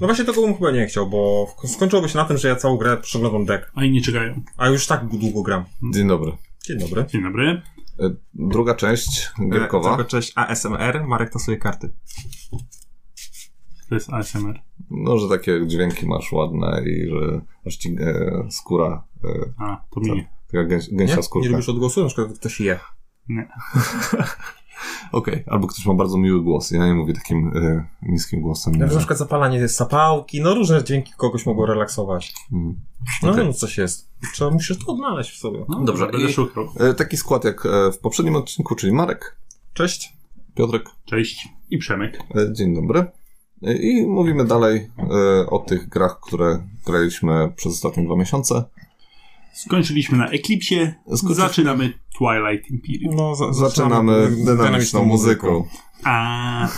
No właśnie tego bym chyba nie chciał, bo skończyłoby się na tym, że ja całą grę przeglądam deck. A inni czekają. A już tak długo gram. Dzień dobry. Dzień dobry. Dzień dobry. E, Druga część E, tak. gierkowa. tylko cześć ASMR, Marek tasuje karty. To jest ASMR. No, że takie dźwięki masz ładne i że aż ci e, skóra, e, A, to mnie. taka gęś, Nie? gęsia nie skórka. lubisz odgłosu, na przykład jak ktoś je. Okej, albo ktoś ma bardzo miły głos. Ja nie mówię takim e, niskim głosem. Na Nie. przykład zapalanie zapałki, no różne dźwięki kogoś mogą relaksować. Mm. No, Okej. no coś jest. Trzeba musisz to odnaleźć w sobie. No, Dobrze, Będę i- szukał. E, Taki skład jak e, w poprzednim odcinku, czyli Marek, Cześć. Piotrek. Cześć. I Przemek. E, Dzień dobry. E, I mówimy dalej e, o tych grach, które graliśmy przez ostatnie dwa miesiące. Skończyliśmy na Eklipsie. Skończy- Zaczynamy Twilight Imperium. No, za- Zaczynamy dynamiczną muzyką. A,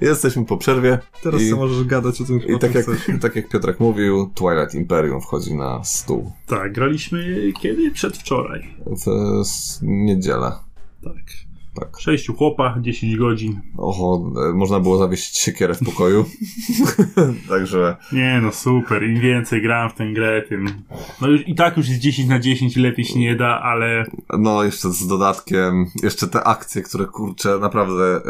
Jesteśmy po przerwie. Teraz i, ty możesz gadać o tym, o i tak, czym jak, chcesz. tak jak Piotrek mówił, Twilight Imperium wchodzi na stół tak, graliśmy kiedy? Przedwczoraj. w e, s- niedzielę. Tak. Tak. Sześciu chłopa, 10 godzin. Oho, e, można było zawiesić siekierę w pokoju. Także Nie no, super. Im więcej gram w tę grę, tym... No już i tak już jest 10 na 10 i lepiej się nie da, ale No, jeszcze z dodatkiem, jeszcze te akcje, które kurczę, naprawdę e,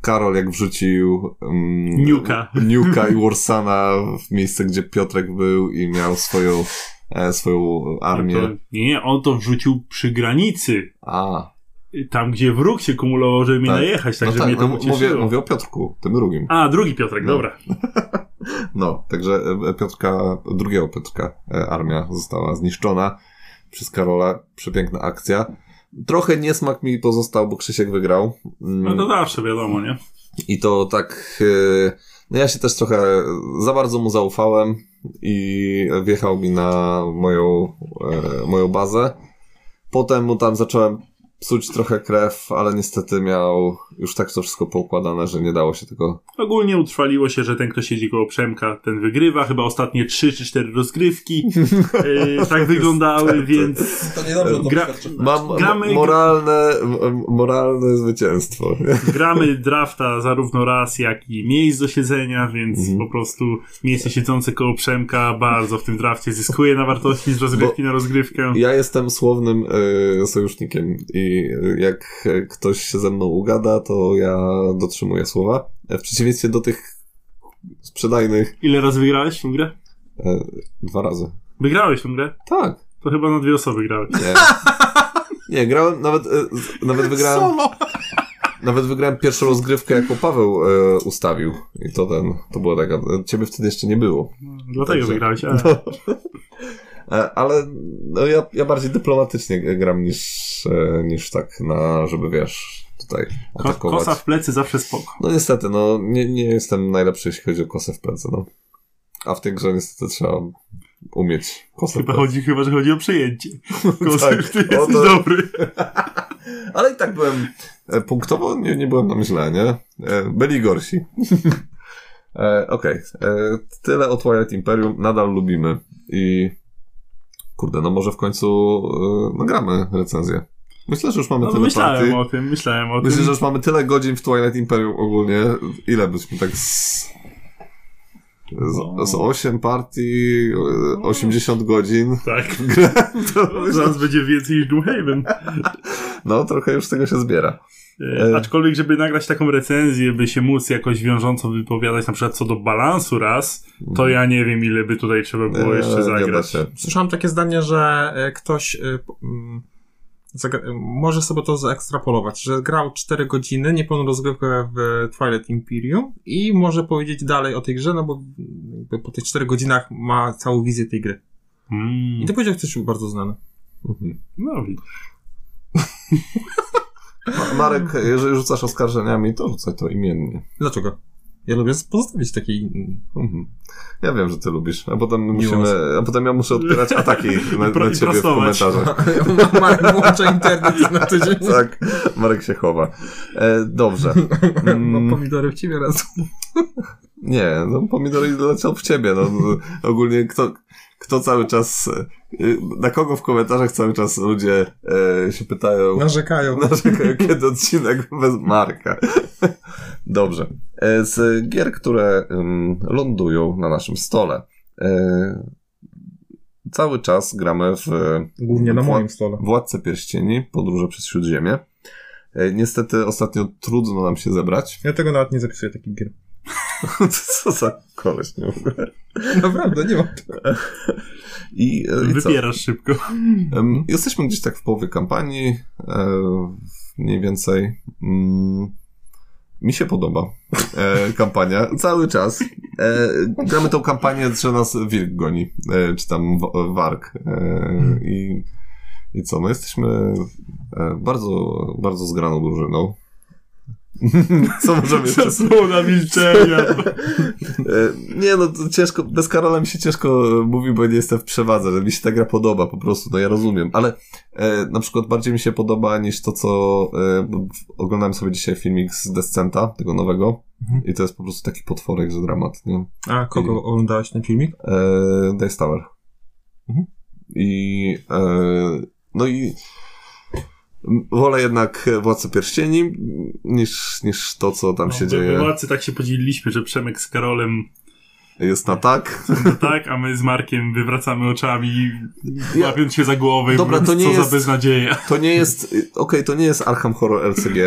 Karol jak wrzucił mm, Niuka. Niuka i Warsana w miejsce, gdzie Piotrek był i miał swoją, e, swoją to, armię. nie, nie, on to wrzucił przy granicy. A, Tam, gdzie wróg się kumulował, żeby mnie Tak. najechać, no także tak, mnie to no, ucieszyło. mówię, mówię o Piotrku, tym drugim. A, drugi Piotrek, No. dobra. No, także e, Piotrka, drugiego Piotrka e, armia została zniszczona przez Karola. Przepiękna akcja. Trochę niesmak mi pozostał, bo Krzysiek wygrał. Mm. No to zawsze wiadomo, nie? I to tak. e, No ja się też trochę za bardzo mu zaufałem i wjechał mi na moją, e, moją bazę. Potem mu tam zacząłem psuć trochę krew, ale niestety miał już tak to wszystko poukładane, że nie dało się tego. Ogólnie utrwaliło się, że ten, kto siedzi koło Przemka, ten wygrywa. Chyba ostatnie 3 czy 4 rozgrywki yy, tak wyglądały, więc To niedobrze to Gra- Mam m- Gramy- moralne, m- moralne zwycięstwo. No. gramy drafta zarówno raz, jak i miejsc do siedzenia, więc Mhm. po prostu miejsce siedzące koło Przemka bardzo w tym drafcie zyskuje na wartości z rozgrywki na rozgrywkę. Ja jestem słownym e, sojusznikiem i e, jak e, ktoś się ze mną ugada, to ja dotrzymuję słowa. E, W przeciwieństwie do tych sprzedajnych Ile razy wygrałeś tą grę? e, dwa razy. Wygrałeś tą grę? Tak. To chyba na dwie osoby grały. Nie. Nie, grałem nawet, e, z- nawet wygrałem. Nawet wygrałem pierwszą rozgrywkę, jaką Paweł e, ustawił. I to ten, to była taka. e, Ciebie wtedy jeszcze nie było. Dlatego Dobrze. wygrałeś, ale... E, ale no, ja, ja bardziej dyplomatycznie g- gram niż, e, niż tak na, żeby wiesz, tutaj Ko- atakować. kosa w plecy zawsze spoko. No niestety, no nie, nie jestem najlepszy, jeśli chodzi o kosę w pędze, no. A w tej grze niestety trzeba umieć kosę w Chyba, pędze. chodzi, chyba że chodzi o przyjęcie. Kosy, Tak. ty O, jesteś to- dobry. Ale i tak byłem e, punktowo, nie, nie byłem tam źle, nie? E, Byli gorsi. e, Okej, e, tyle o Twilight Imperium, nadal lubimy i kurde, no może w końcu e, nagramy recenzję. Myślę, że już mamy No, tyle myślałem partii. o tym, myślałem o Myślę, tym. że już mamy tyle godzin w Twilight Imperium ogólnie. Ile byśmy tak z... Z, z 8 partii, e, No. 80 godzin. Tak. Grę, to, Zaraz będzie więcej niż E, Gloomhaven. no, trochę już tego się zbiera. E, aczkolwiek, żeby nagrać taką recenzję, by się móc jakoś wiążąco wypowiadać, na przykład co do balansu raz, to ja nie wiem, ile by tutaj trzeba było E, jeszcze nie da zagrać. się. Słyszałem takie zdanie, że e, ktoś e, p- m, zagra- e, może sobie to zaekstrapolować, że grał 4 godziny, niepełną rozgrywkę w Twilight Imperium i może powiedzieć dalej o tej grze, no bo m, jakby po tych 4 godzinach ma całą wizję tej gry. Mm, I to powiedział ktoś bardzo znany. Mhm. no widzisz. Ma- Marek, jeżeli rzucasz oskarżeniami, to rzucaj to imiennie. Dlaczego? Ja lubię pozostawić mm, takiej... m, Mhm. Ja wiem, że ty lubisz, a potem Miło. musimy, a potem ja muszę odbierać ataki na, Pro- na i ciebie w prostować. komentarzach. Marek włącza internet na tydzień. Tak, Marek się chowa. E, dobrze. No, Mm, pomidory w ciebie raz. Nie, no pomidor leciał w ciebie. No, ogólnie kto, kto cały czas, y, na kogo w komentarzach cały czas ludzie y, się pytają, No, Narzekają. narzekają, kiedy odcinek bez Marka. Dobrze. E, Z gier, które ym, lądują na naszym stole, e, cały czas gramy w Głównie na Wła- moim stole. Władce Pierścieni, Podróże przez Śródziemie. E, Niestety ostatnio trudno nam się zebrać. Ja tego nawet nie zapisuję takich gier. Co za koleś, nie? Naprawdę, nie mam. I, e, i co? Wybierasz szybko. Em, Jesteśmy gdzieś tak w połowie kampanii, e, mniej więcej. Mm, Mi się podoba e, kampania, cały czas. E, gramy tą kampanię, że nas wilk goni, e, czy tam wa- warg. E, i, I co, no jesteśmy e, bardzo, bardzo zgraną drużyną. Co możemy jeszcze Zasłona milczenia. E, Nie no, to ciężko, bez Karola mi się ciężko e, mówi, bo nie jestem w przewadze, że mi się ta gra podoba po prostu, no ja rozumiem, ale e, na przykład bardziej mi się podoba niż to, co e, b- oglądałem sobie dzisiaj filmik z Descenta, tego nowego Mhm. i to jest po prostu taki potworek, że dramat, nie? A kogo oglądałeś ten filmik? E, Dice Tower. Mhm. I e, no i wolę jednak Władcę Pierścieni niż, niż to, co tam się No, dzieje. Władcy tak się podzieliliśmy, że Przemek z Karolem Jest na tak. no tak, a my z Markiem wywracamy oczami, Ja- łapiąc się za głowę. i Dobra, mówiąc, to nie Co jest- za beznadzieja. To nie jest, y, okej, to nie jest Arkham Horror LCG,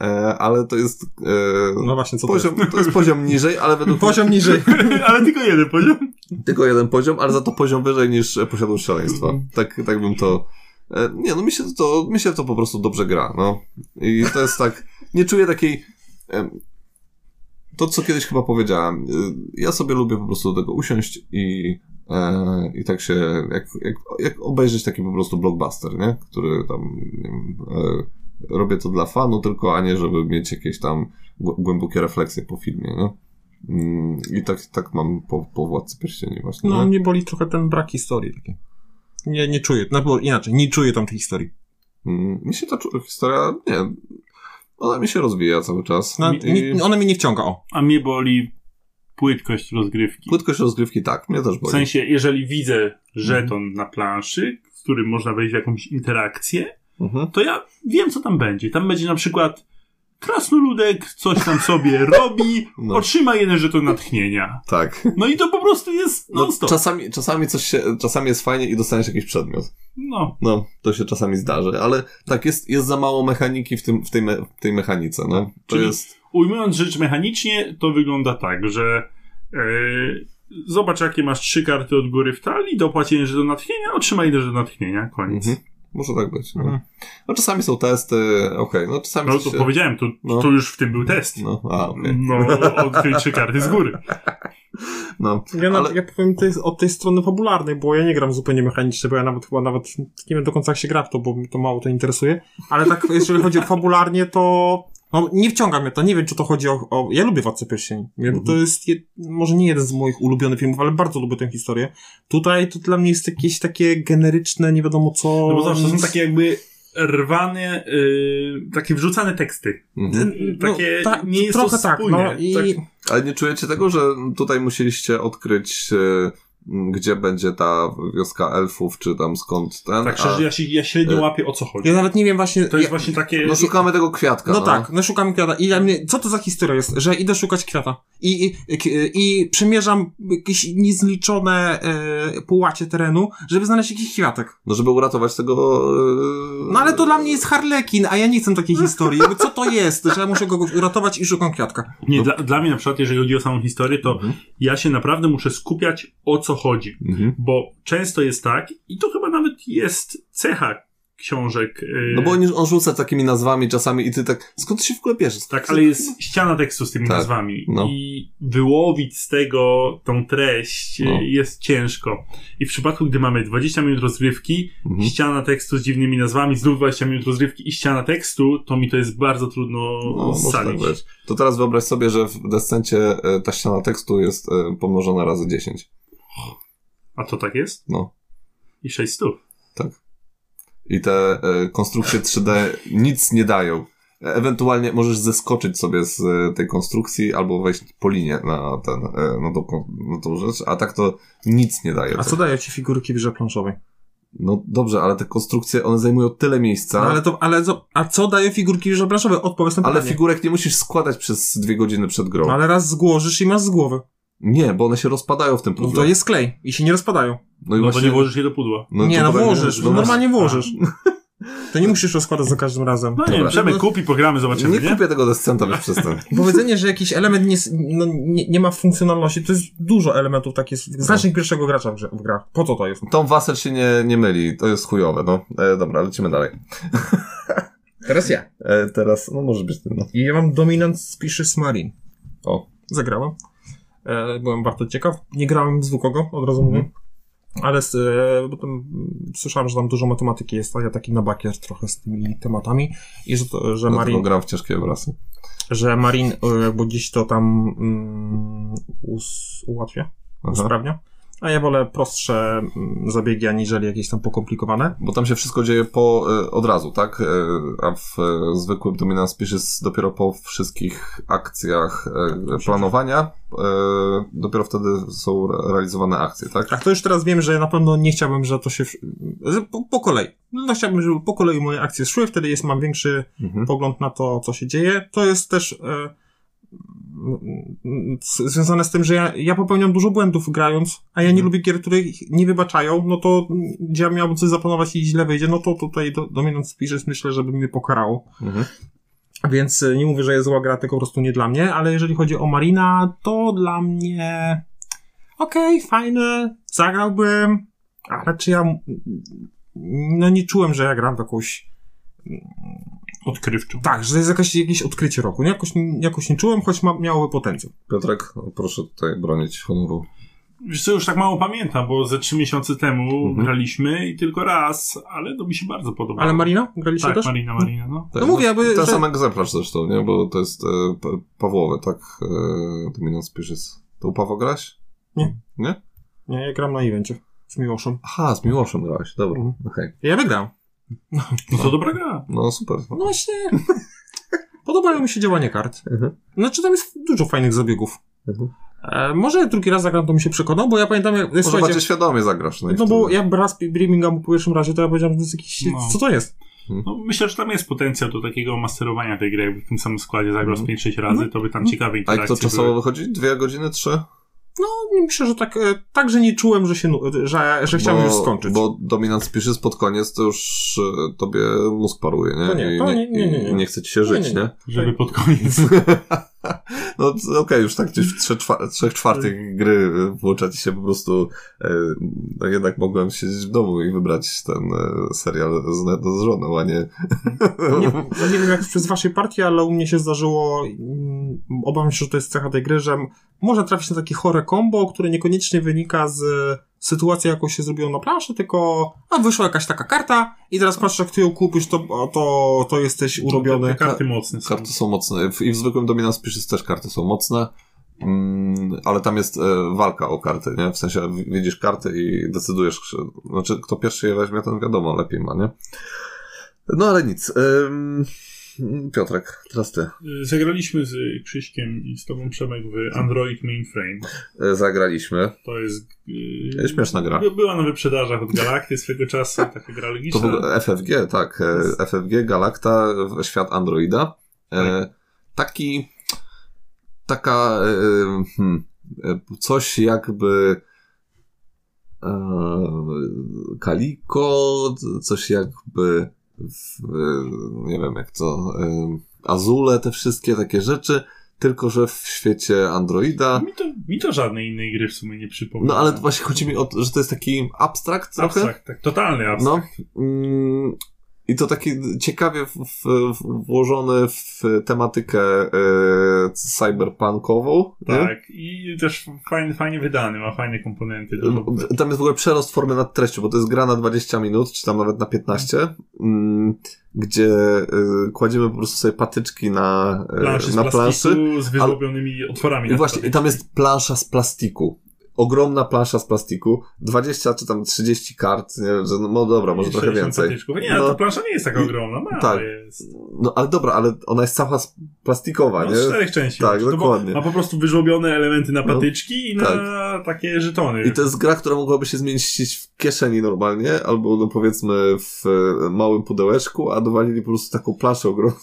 e, ale to jest, e, No właśnie, co to jest? poziom, to jest poziom niżej, ale według Poziom niżej. Ale tylko jeden poziom. mnie tylko jeden poziom, ale za to poziom wyżej niż e, Posiadłość Szaleństwa. Tak, tak bym to, e, nie no, mi się to, mi się to po prostu dobrze gra, no. I to jest tak, nie czuję takiej, em, to co kiedyś chyba powiedziałem, y, ja sobie lubię po prostu do tego usiąść i, e, i tak się, jak, jak, jak obejrzeć taki po prostu blockbuster, nie? Który tam, nie wiem, e, robię to dla fanu tylko, a nie żeby mieć jakieś tam głę- głębokie refleksje po filmie, nie? Mm, I tak, tak mam po, po Władcy Pierścieni właśnie. No, nie? mnie boli trochę ten brak historii takiej. Nie, nie czuję, no bo inaczej, nie czuję tam tej historii. Mm, Mi się ta czu- historia, nie, ona mi się rozwija cały czas. No, I- nie, ona mnie nie wciąga, o. A mnie boli płytkość rozgrywki. Płytkość rozgrywki tak, mnie też W boli. sensie, jeżeli widzę żeton na planszy, z którym można wejść w jakąś interakcję, Mhm. to ja wiem, co tam będzie. Tam będzie na przykład krasnoludek coś tam sobie robi, No. otrzyma jeden żeton natchnienia. Tak. No i to po prostu jest No, non-stop. No, czasami, czasami coś się, czasami jest fajnie i dostaniesz jakiś przedmiot. No, to się czasami zdarzy, ale tak, jest, jest za mało mechaniki w, tym, w, tej, me, w tej mechanice, no. To Tak, Czyli- jest, Ujmując rzecz mechanicznie, to wygląda tak, że e, zobacz, jakie masz trzy karty od góry w talii, dopłać jeden żeton natchnienia, otrzymaj jeden żeton natchnienia, koniec. mhm. może tak być, no. Mhm. no czasami są testy, okej, no czasami No coś to się... powiedziałem, to, No. to już w tym był test. No, a, okej. No, od tej trzy karty z góry. No, Ja, na, Ale- ja powiem tej, od tej strony fabularnej, bo ja nie gram zupełnie mechanicznie, bo ja nawet chyba nawet nie wiem do końca jak się gra w to, bo mi to mało to interesuje. Ale tak, jeżeli chodzi o fabularnie, to no, nie wciąga mnie to. Nie wiem, czy to chodzi o... o ja lubię Władcę Pierścieni. Ja- Mhm. To jest jed, może nie jeden z moich ulubionych filmów, ale bardzo lubię tę historię. Tutaj to dla mnie jest jakieś takie generyczne, nie wiadomo co... No bo zawsze są takie jakby rwane, y, takie wrzucane teksty. mhm. Mm, takie no, nie jest to spójne. Tak. Ale nie czujecie tego, że tutaj musieliście odkryć, e, m, gdzie będzie ta wioska elfów, czy tam skąd ten, Tak, a... szczerze, ja się, ja się nie e, łapię o co chodzi. Ja nawet nie wiem właśnie... To jest ja, właśnie takie... No szukamy tego kwiatka, No tak, no szukam kwiata. I dla mnie, co to za historia jest, że idę szukać kwiata i, i, i, i przemierzam jakieś niezliczone e, połacie terenu, żeby znaleźć jakiś kwiatek. No żeby uratować tego... e, No ale to dla mnie jest harlekin, a ja nie chcę takiej historii. Jakby Co to jest, że ja muszę go uratować i szukam kwiatka? Nie, dla, dla mnie na przykład, jeżeli chodzi o samą historię, to no- Mhm. ja się naprawdę muszę skupiać o co chodzi. Mhm. Bo często jest tak, i to chyba nawet jest cecha książek. y, No bo on, on rzuca takimi nazwami czasami i ty tak, skąd ty się w ogóle bierzesz? Tak, ale jest ściana tekstu z tymi Tak, nazwami. no. I wyłowić z tego tą treść y, No. jest ciężko. I w przypadku, gdy mamy 20 minut rozgrywki, Mhm. ściana tekstu z dziwnymi nazwami, znów 20 minut rozgrywki i ściana tekstu, to mi to jest bardzo trudno No, może tak scalić. być. To teraz wyobraź sobie, że w descencie e, ta ściana tekstu jest e, pomnożona razy 10. A to tak jest? No. I 600. I te e, konstrukcje 3D nic nie dają. Ewentualnie możesz zeskoczyć sobie z e, tej konstrukcji albo wejść po linię na, ten, e, na, tą, kon- na tą rzecz, a tak to nic nie daje. A co dają ci figurki w grze planszowej? No dobrze, ale te konstrukcje, one zajmują tyle miejsca, No, ale ale, to, ale zo- a co dają figurki w grze planszowej? Odpowiedz na pytanie. figurek nie musisz składać przez dwie godziny przed grą. No, ale raz zgłożysz i masz z głowy. Nie, bo one się rozpadają w tym No puzzle. to jest klej i się nie rozpadają. i No to nie włożysz je do pudła. nie, no tutaj włożysz, no no, właśnie. normalnie włożysz. To nie musisz rozkładać za każdym razem. No nie wiem, Dobra. Przemek kupi, pogramy, zobaczymy, Nie nie? kupię tego descenta, wiesz, przestań. Powiedzenie, że jakiś element nie, s- no, nie, nie ma funkcjonalności, to jest dużo elementów takich, znacznik pierwszego gracza w, grze, w grach. Po co to jest? Tom Wasser się nie, nie myli, to jest chujowe, no. E, dobra, lecimy dalej. Teraz ja. E, teraz, no może być tym, no. I ja mam Dominant Species Marine. O. Zagrałem. E, byłem bardzo ciekaw. Nie grałem z nikogo, od razu mówię. Ale s- e, bo tam, mm, słyszałem, że tam dużo matematyki jest, a ja taki na bakier trochę z tymi tematami. I że, to, że Dlatego Marine gram w ciężkie obrazy. że Marin, y, bo dziś to tam mm, us, ułatwia, Aha. usprawnia. A ja wolę prostsze mm, zabiegi, aniżeli jakieś tam pokomplikowane. Bo tam się wszystko dzieje po, e, od razu, tak? E, a w e, zwykłym Dominant Species dopiero po wszystkich akcjach Tak, e, planowania, e, dopiero wtedy są re- realizowane akcje, tak? A to już teraz wiem, że na pewno nie chciałbym, że to się... wsz- że Po, po kolei. No chciałbym, żeby po kolei moje akcje szły, wtedy jest, mam większy Mhm. pogląd na to, co się dzieje. To jest też e, m, m, z- związane z tym, że ja, ja popełniam dużo błędów grając, a ja nie lubię gier, które ich nie wybaczają, no to m, gdzie ja miałbym coś zaplanować i źle wyjdzie, no to tutaj do, Dominant Species myślę, żeby mnie pokarało. Mhm. Więc y, nie mówię, że jest zła gra, tylko po prostu nie dla mnie, ale jeżeli chodzi o Marina, to dla mnie okej, fajne, zagrałbym, ale czy ja m- no nie czułem, że ja gram w jakąś Odkrywczo. tak, że to jest jakaś, jakieś odkrycie roku. Nie, Jakoś, jakoś nie czułem, choć ma, miałoby potencjał. Piotrek, no, proszę tutaj bronić honoru. Wiesz co, już tak mało pamiętam, bo ze trzy miesiące temu Mhm. graliśmy i tylko raz, ale to mi się bardzo podobało. Ale Marina? Graliście Tak, też? Marina, Marina, no. Tak, No mówię, aby- Ten że- sam egzemplarz zresztą, nie? Bo to jest e, pa- Pawłowe, tak? E, Dominant Species. To u Pawła grałeś? Nie, ja gram na evencie z Miłoszem. Aha, z Miłoszem grałeś, dobra, Mhm. okej. Ja wygrałem. No to dobra gra. No super. No właśnie. Podobają mi się działanie kart. Mhm. Znaczy tam jest dużo fajnych zabiegów. Mhm. E, może drugi raz zagram, to mi się przekonał, bo ja pamiętam, jak, Może słuchajcie, bardziej świadomie zagrasz. No, i No bo wtedy- ja raz Birmingham po pierwszym razie to ja powiedziałem, że to jest jakiś... No. Co to jest? No, myślę, że tam jest potencjał do takiego masterowania tej gry. Jakby w tym samym składzie zagrał z 5-6 razy, to by tam ciekawe Mhm. A interakcje jak to czasowo były. wychodzi? Dwie godziny, trzy? No myślę, że tak, e, tak że nie czułem, że się, nu- że, że chciałem Bo- już skończyć. Bo dominant spiszesz pod koniec, to już e, tobie mózg paruje, nie? To nie, I to nie, nie, nie, nie. i nie chce ci się Nie, nie, żyć, nie. nie? Żeby pod koniec. No to okej, już tak gdzieś w trzech, czwa- trzech czwartych gry e, włącza ci się po prostu e, no jednak mogłem siedzieć w domu i wybrać ten e, serial z, z żoną, a nie... Nie, ja nie wiem jak przez waszej partii, ale u mnie się zdarzyło, mm, obawiam się, że to jest cecha tej gry, że m- można trafić na takie chore combo, które niekoniecznie wynika z sytuacji, jaką się zrobiło na planszy, tylko a wyszła jakaś taka karta i teraz patrz, jak ty ją kupisz, to, to, to jesteś Te urobiony. karty mocne są. Karty są mocne. W- I w zwykłym Dominant Species też karty są mocne. Mm, ale tam jest e, walka o karty, nie? W sensie w- widzisz karty i decydujesz, czy- znaczy kto pierwszy je weźmie, ten wiadomo, lepiej ma, nie? No ale nic. Ym, Piotrek, teraz ty. Zagraliśmy z y, Krzyśkiem i z tobą Przemek w Android Mainframe. E, zagraliśmy. To jest... Yy, E, Śmieszna gra. By- Była na wyprzedażach od Galakty swego czasu, taka gra To logiczna. w ogóle FFG, tak. e, FFG, Galacta, w- świat Androida. E, taki, taka, e, hmm, e, coś jakby e, Kaliko, coś jakby, w, nie wiem jak to, e, Azule, te wszystkie takie rzeczy, tylko że w świecie Androida. Mi to, mi to żadnej innej gry w sumie nie przypomina. No ale właśnie chodzi mi o to, że to jest taki abstrakt trochę. Abstrakt, tak, totalny abstrakt. No. Mm, I to taki ciekawie w, w, w, włożony w tematykę e, cyberpunkową. No. nie? Tak, i też fajnie, fajnie wydany, ma fajne komponenty. Dużo... Tam jest w ogóle przerost formy nad treścią, bo to jest gra na 20 minut, czy tam nawet na 15, mm, gdzie y, kładziemy po prostu sobie patyczki na, y, Planszy z na plastiku planszy. z wyzłobionymi otworami. I na właśnie, sobie. i tam jest plansza z plastiku. ogromna plansza z plastiku, 20 czy tam 30 kart, nie wiem, że no, no dobra, może trochę 60 więcej. papieczków. Nie, No. ta plansza nie jest taka ogromna, mała Tak. jest. No ale dobra, ale ona jest cała z- plastikowa, No, nie? z czterech części. Tak, To bo- dokładnie. Ma po prostu wyżłobione elementy na No, Tak. patyczki i na takie żetony. I to jest gra, która mogłaby się zmieścić w kieszeni normalnie, albo no powiedzmy w e, małym pudełeczku, a dowalili po prostu taką plaszę ogromną,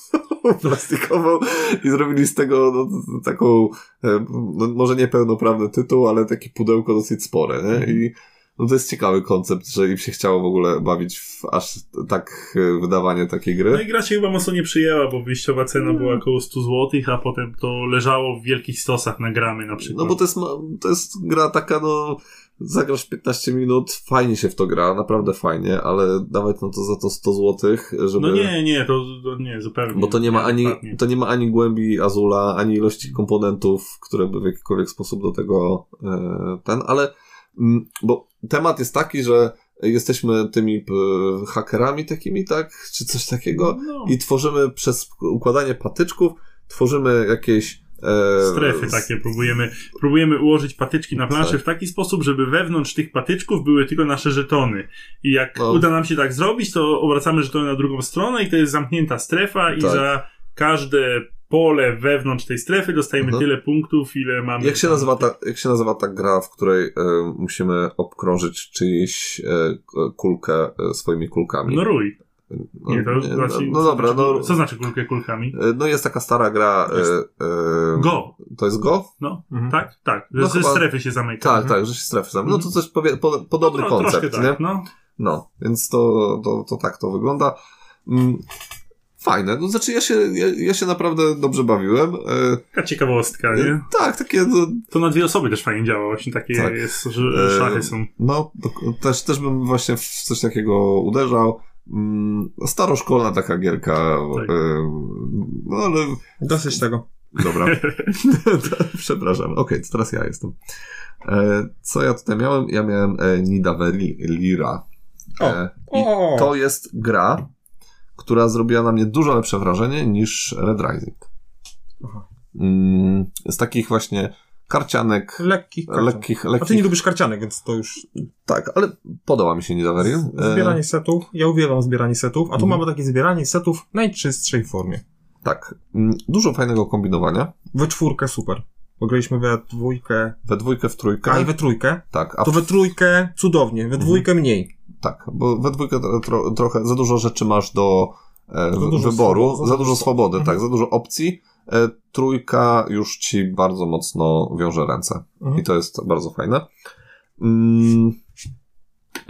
plastikową i zrobili z tego no, t- taką, e, no, może nie pełnoprawny tytuł, ale takie pudełko dosyć spore, nie? I no, to jest ciekawy koncept, że im się chciało w ogóle bawić w aż tak e, wydawanie takiej No gry. i gra się chyba mocno nie przyjęła, bo wyjściowa cena była Mm. około 100 zł, a potem to leżało w wielkich stosach na gramy na przykład. No bo to jest, ma- to jest gra taka, no zagrasz 15 minut, fajnie się w to gra, naprawdę fajnie, ale dawać no to za to 100 złotych, żeby... No nie, nie, to, to nie, zupełnie. Bo to nie ma ani, dokładnie. to nie ma ani głębi Azula, ani ilości komponentów, które by w jakikolwiek sposób do tego e, ten, ale mm, bo temat jest taki, że jesteśmy tymi p, hakerami takimi, tak? Czy coś takiego No, i tworzymy przez układanie patyczków, tworzymy jakieś e, strefy s- takie próbujemy, próbujemy ułożyć patyczki na planszy Tak. w taki sposób, żeby wewnątrz tych patyczków były tylko nasze żetony. I jak No. uda nam się tak zrobić, to obracamy żetony na drugą stronę i to jest zamknięta strefa i Tak. za każde pole wewnątrz tej strefy dostajemy Mhm. tyle punktów, ile mamy. Jak się, tam nazywa ta, jak się nazywa ta gra, w której e, musimy obkrążyć czyjeś e, k- kulkę e, swoimi kulkami? No rój. No, Nie, to nie, no, właśnie, no co dobra, znaczy, no, Co znaczy kulkę kulkami? E, No jest taka stara gra. E, e, Go, To jest Go? no, Mhm. tak, tak. Że No ze chyba- strefy się zamyka. Tak, tak, że się strefy tam. No to coś powie, po, podobny Mhm. No, tro- koncept, troszkę nie? tak, no. No, więc to, to, to tak to wygląda. Mm, Fajne, no znaczy ja się, ja, ja się naprawdę dobrze bawiłem. E, Taka ciekawostka, nie? e, tak, takie, no, To na dwie osoby też fajnie działa, właśnie takie Tak. jest, E, że szachy są. no do- też, też bym właśnie w coś takiego uderzał. Mm, Staroszkolna taka gierka, Tak. e, no ale Dosyć tego. Dobra. Przepraszam. Okej, to teraz ja jestem. E, co ja tutaj miałem? Ja miałem e, Nidavelli Lira. E, i O! to jest gra, która zrobiła na mnie dużo lepsze wrażenie niż Red Rising. Aha. Mm, z takich właśnie karcianek, Lekki karcian. lekkich, A ty nie lekkich. lubisz karcianek, więc to już Tak, ale podoba mi się Nidavelli. E, zbieranie setów. Ja uwielbiam zbieranie setów, a tu Mhm. mamy takie zbieranie setów w najczystszej formie. tak, Mm, dużo fajnego kombinowania. We czwórkę super. Pograliśmy we dwójkę, We dwójkę, w trójkę. a i we trójkę. Tak, a To we trójkę cudownie, we dwójkę mniej. Tak, bo we dwójkę tro, tro, trochę za dużo rzeczy masz do e, Za dużo Mhm. wyboru, swobo- za, dużo swobody, tak, za dużo opcji. E, trójka już ci bardzo mocno wiąże ręce Mhm. i to jest bardzo fajne. Mm,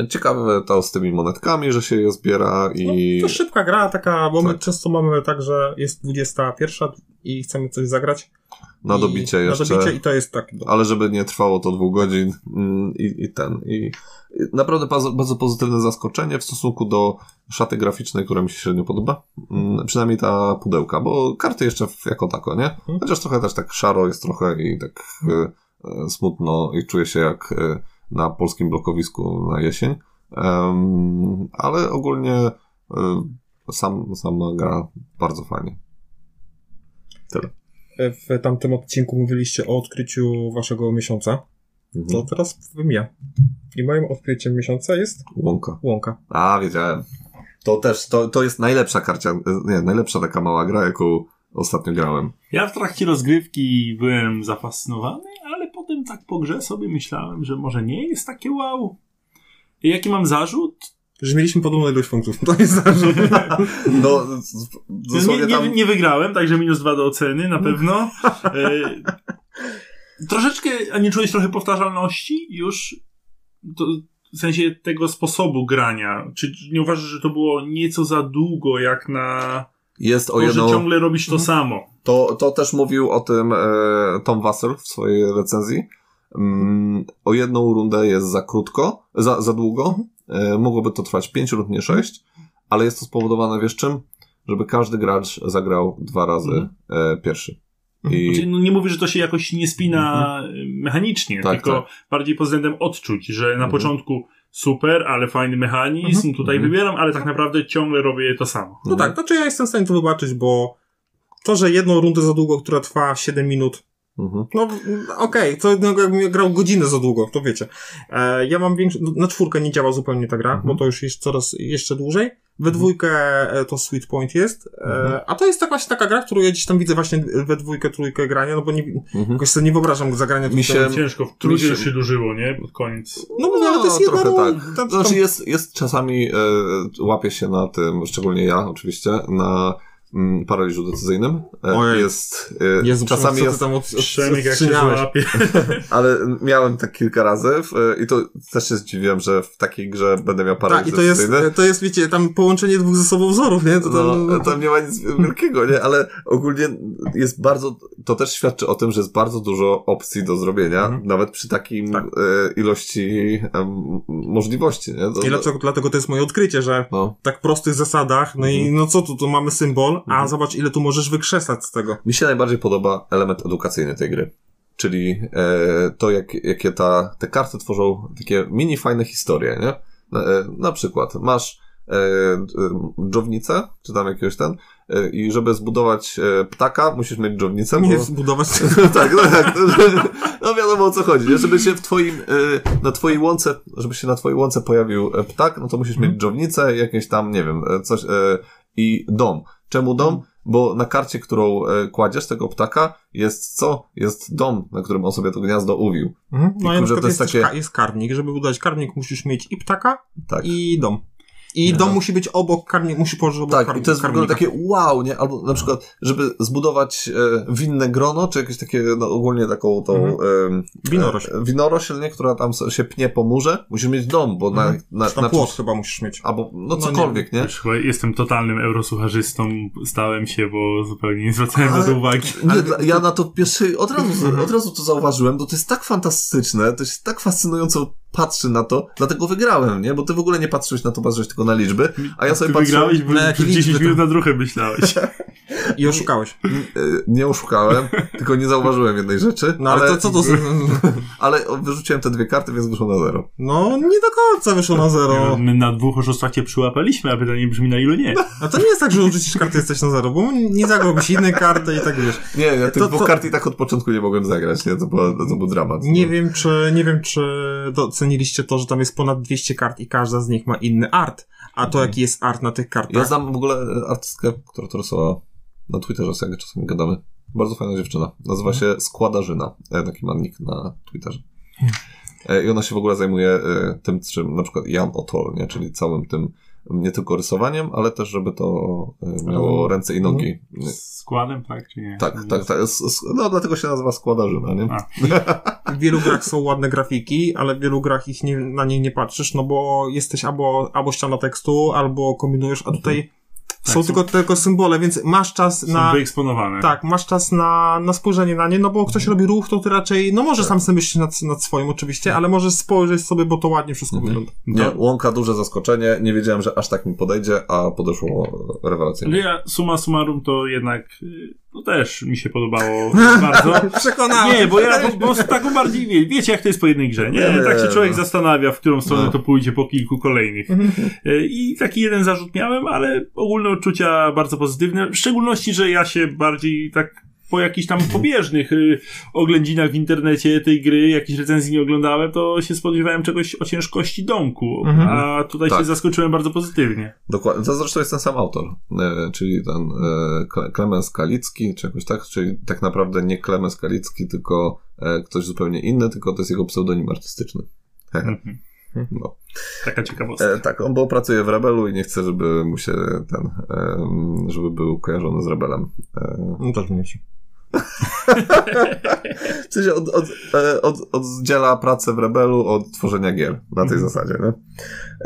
ciekawe to z tymi monetkami, że się je zbiera i... No, to szybka gra taka, bo my Tak. często mamy tak, że jest 21 i chcemy coś zagrać. Na i- dobicie jeszcze. Na dobicie i to jest tak. ale żeby nie trwało to dwóch godzin mm, i, i ten. I i naprawdę bardzo, bardzo pozytywne zaskoczenie w stosunku do szaty graficznej, która mi się średnio podoba. Mm, Przynajmniej ta pudełka, bo karty jeszcze w- jako tako, nie? Chociaż trochę też tak szaro jest trochę i tak e, e, smutno i czuję się jak e, na polskim blokowisku na jesień. Em, ale ogólnie e, sam, sama gra bardzo fajnie. W tamtym odcinku mówiliście o odkryciu waszego miesiąca. To Mhm. teraz powiem ja. I moim odkryciem miesiąca jest Łąka. łąka. A, wiedziałem. To też, to, to jest najlepsza karcia, nie, najlepsza taka mała gra, jaką ostatnio grałem. Ja w trakcie rozgrywki byłem zafascynowany, ale potem tak po grze sobie myślałem, że może nie jest takie wow. I jaki mam zarzut? Że mieliśmy podobną ilość punktów. To jest zarzut. No, Nie, dosłownie nie, tam... nie, nie wygrałem, także minus dwa do oceny na pewno. E, troszeczkę, a nie czułeś trochę powtarzalności już? To, w sensie tego sposobu grania. Czy nie uważasz, że to było nieco za długo, jak na Jest o Mhm. to, że jedno... ciągle robisz to samo? To, to też mówił o tym e, Tom Wassel w swojej recenzji. Mm, o jedną rundę jest za krótko, za, za długo. E, mogłoby to trwać 5 rund, nie 6, ale jest to spowodowane, wiesz czym? Żeby każdy gracz zagrał dwa razy Mhm. e, pierwszy. Znaczy, I no nie mówię, że to się jakoś nie spina y, mechanicznie, Tak, tylko bardziej pod względem odczuć, że na Mhm. początku super, ale fajny mechanizm, tutaj Mhm. wybieram, ale tak naprawdę ciągle robię to samo. No tak, znaczy ja jestem w stanie to wybaczyć, bo to, że jedną rundę za długo, która trwa 7 minut, Mhm. No, mm, okej, to no, jakbym grał godzinę za długo, to wiecie. E, ja mam większy, na czwórkę nie działa zupełnie ta gra, Mhm. bo to już jest coraz jeszcze dłużej. We dwójkę e, to Sweet Point jest, Mhm. e, a to jest tak właśnie taka gra, którą ja gdzieś tam widzę właśnie we dwójkę, trójkę grania, no bo nie, Mhm. jakoś sobie nie wyobrażam zagrania tutaj. Mi się- Ciężko, w trójce Mi się- już się dłużyło, nie? Pod koniec. No, mówię, ale to jest No, jedna trochę runda, tam- To tam- znaczy jest, jest czasami, e, łapię się na tym, szczególnie ja oczywiście, na mm, paraliżu decyzyjnym. E, Ojej. Jest, e, Jezu, czasami Przemek, co ty jest, tam od, od, Przemek jak się odczyniałeś? złapie. ale miałem tak kilka razy w, e, i to też się zdziwiłem, że w takiej grze będę miał paraliż Tak, i to jest, decyzyjny. to jest, wiecie, tam połączenie dwóch ze sobą wzorów, nie? To tam, No, tam nie ma nic wielkiego, nie? Ale ogólnie jest bardzo, to też świadczy o tym, że jest bardzo dużo opcji do zrobienia, Mhm. nawet przy takim e, ilości em, możliwości, nie? To, I dlaczego, dlatego to jest moje odkrycie, że No. w tak prostych zasadach, no i Mhm. no co tu, tu mamy symbol, a Mhm. zobacz ile tu możesz wykrzesać z tego. Mi się najbardziej podoba element edukacyjny tej gry. Czyli e, to, jak, jakie ta, te karty tworzą takie mini fajne historie, nie? Na, e, na przykład masz e, e, dżownicę, czy tam jakiegoś ten, e, i żeby zbudować e, ptaka, musisz mieć dżownicę. Nie bo- zbudować tak, no tak. No, że- no wiadomo o co chodzi. nie? Żeby się w twoim, e, na twojej łące, żeby się na twojej łące pojawił e, ptak, no to musisz mieć Mhm. dżownicę, jakieś tam, nie wiem, e, coś, e, i dom. Czemu dom? Mhm. Bo na karcie, którą e, kładziesz tego ptaka, jest co? Jest dom, na którym on sobie to gniazdo uwił. Mhm. No i na Tylko, że przykład to jest, jest też takie- ka- jest karmnik, żeby budować karmnik musisz mieć i ptaka Tak. i dom. I Nie, dom no. musi być obok karmnik, musi położyć obok Tak, karm- i to jest w ogóle karmnika. takie wow, nie? Albo na przykład, żeby zbudować e, winne grono, czy jakieś takie, no ogólnie taką tą... em, Mhm. Winorośl. E, winorośl, nie? Która tam so- się pnie po murze. Musisz mieć dom, bo na... Mhm. na, Czy tam na płot chyba musisz mieć. Albo, no nie cokolwiek, nie? Już chyba jestem totalnym eurosucharzystą, stałem się, bo zupełnie nie zwracałem na to Ale- uwagi. Nie, dla- ja na to pierwszy, od razu, od razu to zauważyłem, bo to jest tak fantastyczne, to się tak fascynująco patrzy na to, dlatego wygrałem, nie? Bo ty w ogóle nie patrzyłeś na to, patrzyłeś tylko na liczby, a ja sobie Ty patrzyłem, wygrałeś, bo Na jakie przez 10 liczby minut na druchę myślałeś. I oszukałeś. y, nie oszukałem, tylko nie zauważyłem jednej rzeczy, No ale, to co to... za- ale wyrzuciłem te dwie karty, więc wyszło na zero. No nie do końca wyszło na No. zero. My na dwóch oszustwach cię przyłapaliśmy, a pytanie brzmi na ilu nie. A to nie jest tak, że odrzucisz kartę jesteś na zero, bo nie zagrałbyś innej karty i tak wiesz. Nie, ja tych To- dwóch to- kart i tak od początku nie mogłem zagrać, nie? To, było, to był dramat. Nie wiem, czy, nie wiem, czy doceniliście to, że tam jest ponad 200 kart i każda z nich ma inny art. A to jaki jest art na tych kartach? Ja znam w ogóle e, artystkę, która to rysowała na Twitterze, z jak czasami gadamy. Bardzo fajna dziewczyna. Nazywa się Składarzyna. E, Taki ma nick na Twitterze. E, I ona się w ogóle zajmuje e, tym, czym na przykład Jan Otol, nie? czyli całym tym nie tylko rysowaniem, ale też, żeby to e, miało ręce i nogi. Nie. Z składem, tak czy nie? Tak, tak, tak. S- s- No dlatego się nazywa Składarzyna, nie? A. W wielu grach są ładne grafiki, ale w wielu grach ich nie, na nie nie patrzysz, no bo jesteś albo, albo ściana tekstu, albo kombinujesz, a tutaj są są- tylko, tylko symbole, więc masz czas Są na... wyeksponowane. Tak, masz czas na, na spojrzenie na nie, no bo ktoś robi ruch, to ty raczej, no może sam sobie myślisz nad, nad swoim oczywiście, ale możesz spojrzeć sobie, bo to ładnie wszystko Mhm. wygląda. Nie, To- Łąka duże zaskoczenie. Nie wiedziałem, że aż tak mi podejdzie, a podeszło e, Ale rewelacyjnie. ja summa summarum to jednak, y, no też mi się podobało bardzo. Tak. Przekonałem. Nie, bo ja po prostu taką bardziej, wie, wiecie jak to jest po jednej grze, nie? Nie, tak się no. człowiek zastanawia, w którą stronę No. to pójdzie po kilku kolejnych. Mhm. Y, I taki jeden zarzut miałem, ale ogólne odczucia bardzo pozytywne, w szczególności, że ja się bardziej tak po jakichś tam pobieżnych y, oględzinach w internecie tej gry, jakichś recenzji nie oglądałem, to się spodziewałem czegoś o ciężkości domku, Mhm. a tutaj Tak. się zaskoczyłem bardzo pozytywnie. Dokładnie. To zresztą jest ten sam autor, e, czyli ten e, Kle- Klemens Kalicki, czy jakoś tak, czyli tak naprawdę nie Klemens Kalicki, tylko e, ktoś zupełnie inny, tylko to jest jego pseudonim artystyczny. Hehe. Mhm. No. Taka ciekawostka. E, tak, on bo pracuje w Rebelu i nie chce, żeby mu się ten, em, żeby był kojarzony z Rebelem. E, No też mnie się. w sensie od, od, e, od, oddziela pracę w Rebelu od tworzenia gier, na tej Mhm. zasadzie, nie?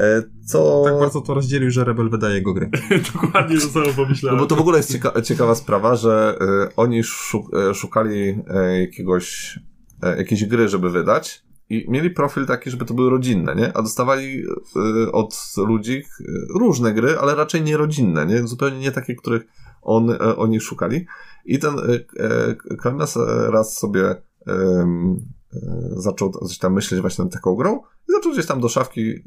E, co... Tak bardzo to rozdzielił, że Rebel wydaje jego gry. Dokładnie to samo No pomyślałem. bo to w ogóle jest cieka- ciekawa sprawa, że y, oni szu- e, szukali e, jakiegoś, e, jakiejś gry, żeby wydać i mieli profil taki, żeby to były rodzinne, nie? A dostawali y, od ludzi y, różne gry, ale raczej nie rodzinne, nie? Zupełnie nie takie, których on, e, y, oni szukali. I ten e, e, Klemens raz sobie em, e, zaczął coś tam myśleć właśnie nad taką grą i zaczął gdzieś tam do szafki e,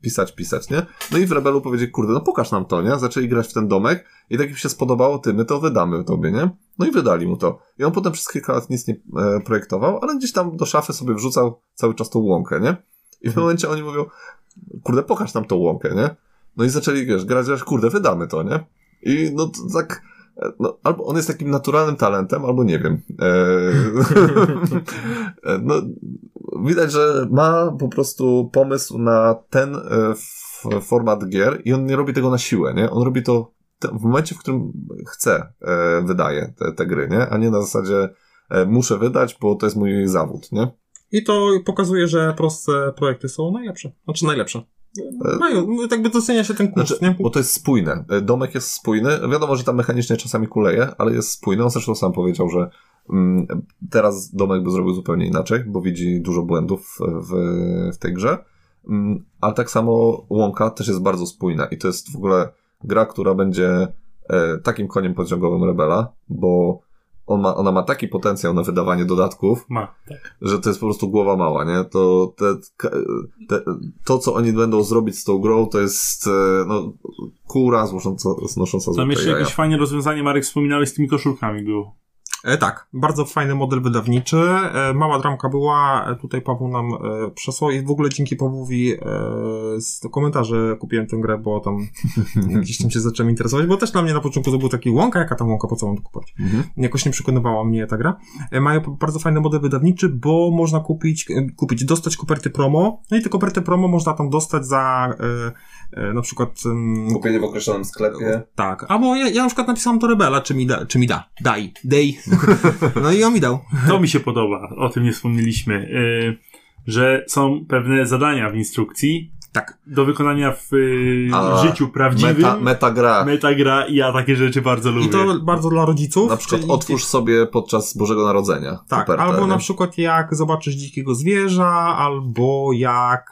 pisać, pisać, nie? No i w Rebelu powiedzieli, kurde, no pokaż nam to, nie? Zaczęli grać w ten domek i tak im się spodobało, ty, my to wydamy tobie, nie? No i wydali mu to. I on potem przez kilka lat nic nie e, projektował, ale gdzieś tam do szafy sobie wrzucał cały czas tą łąkę, nie? I w momencie oni mówią, kurde, pokaż nam tą łąkę, nie? No i zaczęli, wiesz, grać, grać, kurde, wydamy to, nie? I no to tak... No, albo on jest takim naturalnym talentem, albo nie wiem. E, no, widać, że ma po prostu pomysł na ten e, f, format gier i on nie robi tego na siłę, nie? On robi to te- w momencie, w którym chce, e, wydaje te, te gry, nie? A nie na zasadzie e, muszę wydać, bo to jest mój zawód, nie? I to pokazuje, że proste projekty są najlepsze. Znaczy najlepsze. Mają, tak by docenia się ten kurs, Znaczy, nie? bo to jest spójne. E, Domek jest spójny. Wiadomo, że tam mechanicznie czasami kuleje, ale jest spójny. On zresztą sam powiedział, że mm, teraz Domek by zrobił zupełnie inaczej, bo widzi dużo błędów w, w tej grze. Mm, A tak samo Łąka też jest bardzo spójna i to jest w ogóle gra, która będzie e, takim koniem pociągowym Rebela, bo on ma, ona ma taki potencjał na wydawanie dodatków, Ma, tak. że to jest po prostu głowa mała, nie? To, te, ka- te, to co oni będą zrobić z tą grą, to jest e, no, kura znosząca, znosząca Tam złote jeszcze jaja. jakieś fajne rozwiązanie, Marek wspominałeś, z tymi koszulkami było. E, tak, bardzo fajny model wydawniczy. E, mała dramka była, e, tutaj Paweł nam e, przesłał i w ogóle dzięki Pawłowi e, z komentarzy kupiłem tę grę, bo tam gdzieś tam się zacząłem interesować, bo też dla mnie na początku to był taki łąka, jaka tam łąka, po co mam to kupować? Mhm. Jakoś nie przekonywała mnie ta gra. E, mają p- bardzo fajny model wydawniczy, bo można kupić, e, kupić, dostać koperty promo, no i te koperty promo można tam dostać za e, e, na przykład... em, Kupienie w określonym sklepie. tak, albo ja, ja na przykład napisałem do Rebela, czy mi da, czy mi da, daj, dej. No i on mi dał. To mi się podoba, o tym nie wspomnieliśmy, y, że są pewne zadania w instrukcji Tak. do wykonania w y, A, życiu prawdziwym. Meta, no, metagra. Metagra i ja takie rzeczy bardzo lubię. I to bardzo dla rodziców. Na przykład czyli- otwórz sobie podczas Bożego Narodzenia. Tak, kopertę, albo na nie? przykład jak zobaczysz dzikiego zwierza, albo jak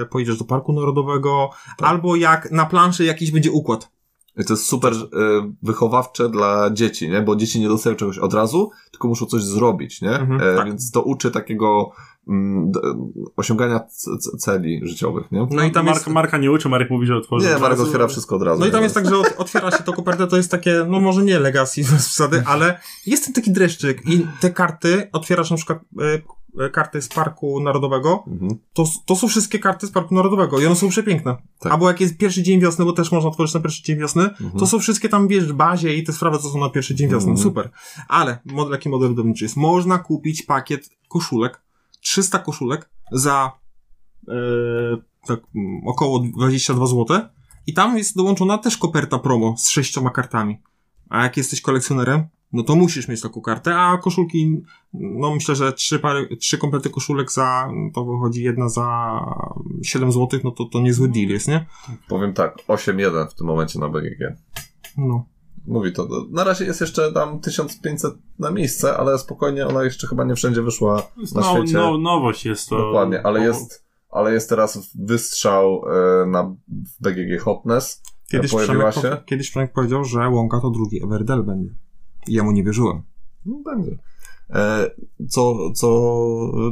e, pojedziesz do Parku Narodowego, Tak. albo jak na planszy jakiś będzie układ. I to jest super e, wychowawcze dla dzieci, nie? Bo dzieci nie dostają czegoś od razu, tylko muszą coś zrobić, nie? Mhm, e, tak. Więc to uczy takiego mm, d, osiągania c, c, celi życiowych, nie? No, i tam Mark, jest... Marka nie uczy, Marek mówi, że otworzy. Nie, od Marek razu. otwiera wszystko od razu. No i tam nie? jest tak, że ot- otwiera się to kopertę, to jest takie, no może nie legacy z przesady, ale jest ten taki dreszczyk i te karty, otwierasz na przykład e, e, karty z Parku Narodowego, Mhm. to, s- to są wszystkie karty z Parku Narodowego i one są przepiękne. Tak. Albo jak jest pierwszy dzień wiosny, bo też można otworzyć na pierwszy dzień wiosny, Mhm. To są wszystkie tam, wiesz, w bazie i te sprawy, co są na pierwszy dzień wiosny. Mhm. Super. Ale model, jaki model wydawniczy jest? Można kupić pakiet koszulek, 300 koszulek za e, tak, mm, około 22 zł. I tam jest dołączona też koperta promo z sześcioma kartami. A jak jesteś kolekcjonerem, no to musisz mieć taką kartę, a koszulki, no myślę, że trzy, pary, trzy komplety koszulek za, to wychodzi jedna za 7 zł, no to to niezły deal jest, nie? Powiem tak, 8-1 w tym momencie na BGG. No. Mówi to. no, Na razie jest jeszcze tam 1500 na miejsce, ale spokojnie ona jeszcze chyba nie wszędzie wyszła na No, świecie. no, nowość jest to. Dokładnie, ale No, jest, ale jest teraz wystrzał e, na w BGG Hotness. Kiedyś Pojawiła Przemek, się? powie- kiedyś Przemek powiedział, że Łąka to drugi Everdell będzie. I ja mu nie wierzyłem. No, będzie. E, Co, co,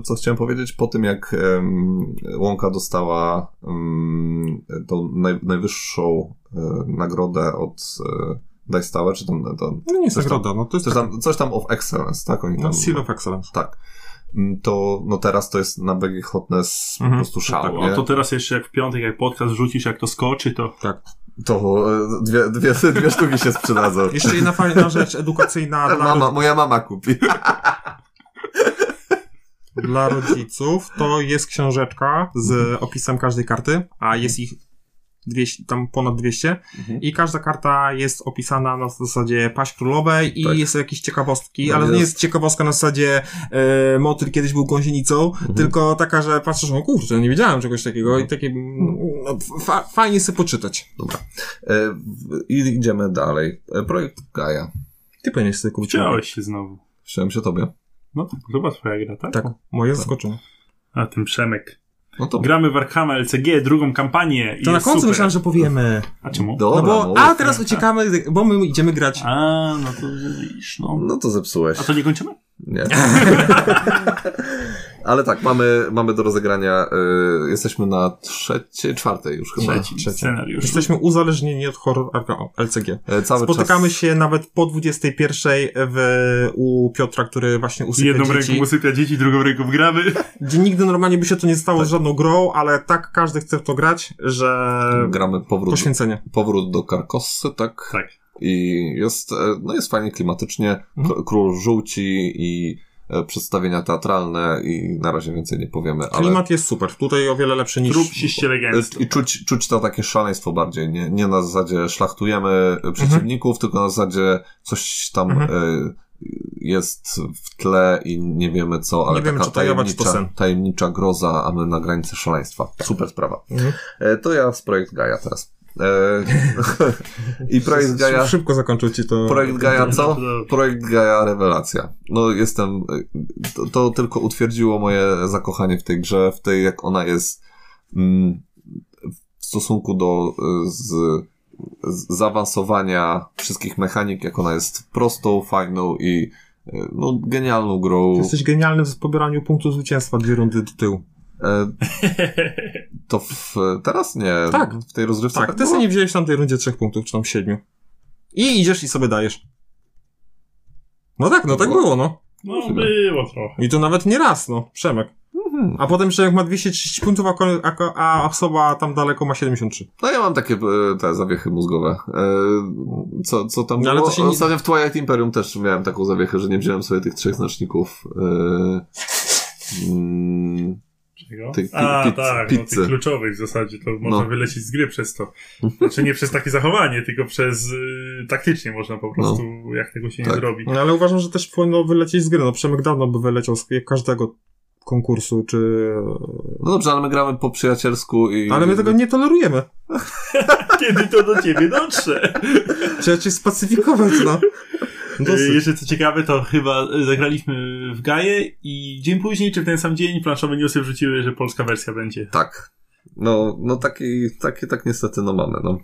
co chciałem powiedzieć, po tym jak em, Łąka dostała em, tą naj, najwyższą e, nagrodę od e, Dice Tower, czy tam, tam No nie jest Coś tam- nagroda, no to jest coś, tam, tam, coś tam of Excellence, tak? Oni tam, no, Seal of Excellence. Tak. Mm, To no teraz to jest na BG Hotness po Mhm. prostu szał, Tak, nie? o to teraz jeszcze jak w piątek, jak podcast rzucisz, jak to skoczy, to To e, dwie, dwie, dwie sztuki się sprzedadzą. E, Jeszcze tak jedna fajna rzecz edukacyjna dla, Mama, ro- moja mama kupi. dla rodziców, to jest książeczka z opisem każdej karty, a jest ich 200, tam ponad 200 Mhm. i każda karta jest opisana na zasadzie paść królowej i Tak. jest jakieś ciekawostki, No ale to nie jest. jest ciekawostka na zasadzie e, motyl kiedyś był gąsienicą, Mhm. tylko taka, że patrzysz, o kurczę, nie wiedziałem czegoś takiego i takie mm, no, fa- fajnie sobie poczytać. E, w- I idziemy dalej. E, Projekt Gaia. Ty powinieneś sobie kupić. chciałeś się znowu. Chciałem się tobie. No tak, chyba twoja gra, tak? Tak, moje zaskoczenie. A tym Przemek. No to Gramy w Arkhama LCG, drugą kampanię. i To na jest końcu super. myślałem, że powiemy. A czemu? dobra, no bo, mów. a teraz uciekamy, bo my idziemy grać. A, no to widzisz, no. No to zepsułeś. A to nie kończymy? Nie. Ale tak, mamy, mamy do rozegrania. Y, jesteśmy na trzeciej, czwartej już chyba. Trzeci scenariusz. Jesteśmy uzależnieni od horror Arkham LCG. E, Cały Spotykamy czas. się nawet po 21 w, u Piotra, który właśnie usypia Jedną dzieci. ręką usypia dzieci, drugą ręką gramy. Gdzie nigdy normalnie by się to nie stało z żadną grą, ale tak każdy chce w to grać, że Gramy powrót, poświęcenie. powrót do Karkossy, tak? Tak. I jest, e, no jest fajnie klimatycznie. Mhm. K- Król żółci i e, przedstawienia teatralne i na razie więcej nie powiemy, ale... e, Klimat jest super. Tutaj o wiele lepszy niż... Trup się legendy. I czuć, czuć to takie szaleństwo bardziej. Nie, nie na zasadzie szlachtujemy e, przeciwników, tylko na zasadzie coś tam Mhm. e, jest w tle i nie wiemy co, ale Nie wiemy, taka czy to jawa, czy to tajemnicza, sen. tajemnicza groza, a my na granicy szaleństwa. Super sprawa. Mhm. E, to ja z Projekt Gaja teraz. E, I Projekt Gaja... Szybko zakończył ci to. Projekt Gaja co? Dobrze. Projekt Gaja rewelacja. No jestem... To, to tylko utwierdziło moje zakochanie w tej grze, w tej jak ona jest mm, w stosunku do y, z, z zaawansowania wszystkich mechanik, jak ona jest prostą, fajną i y, no, genialną grą. Ty jesteś genialny w pobieraniu punktu zwycięstwa dwie rundy do tyłu. E, to w, teraz nie. Tak. W tej rozgrywce. Tak, ty sobie było? nie wziąłeś w tamtej rundzie trzech punktów, czy tam siedmiu. I idziesz i sobie dajesz. No tak, no tak Było? było, no. No było trochę. I to nawet nie raz, no. Przemek. Mhm. A potem Przemek ma 230 punktów, a, kole- a, ko- a osoba tam daleko ma 73. No ja mam takie e, te zawiechy mózgowe. E, Co, co tam No, ale było? to się nie- Ostatnio w Twilight Imperium też miałem taką zawiechę, że nie wziąłem sobie tych trzech znaczników. E, mm, Czego? Tych pi- A, pizz- tak, no, pizzy. tych kluczowych w zasadzie, to No. można wylecieć z gry przez to. Znaczy nie przez takie zachowanie, tylko przez y, taktycznie można po prostu, jak tego się Tak. nie zrobi. No ale uważam, że też powinno wylecieć z gry. No Przemek dawno by wyleciał z każdego konkursu, czy... no dobrze, ale my gramy po przyjacielsku i... Ale my tego nie tolerujemy. Kiedy to do ciebie dotrze? Trzeba cię spacyfikować, no. Y, Dosyć. Jeszcze co ciekawe, to chyba y, zagraliśmy w Gaję i dzień później, czy w ten sam dzień, planszowe newsy wrzuciły, że polska wersja będzie. Tak. No, no taki, taki, tak niestety no mamy, no.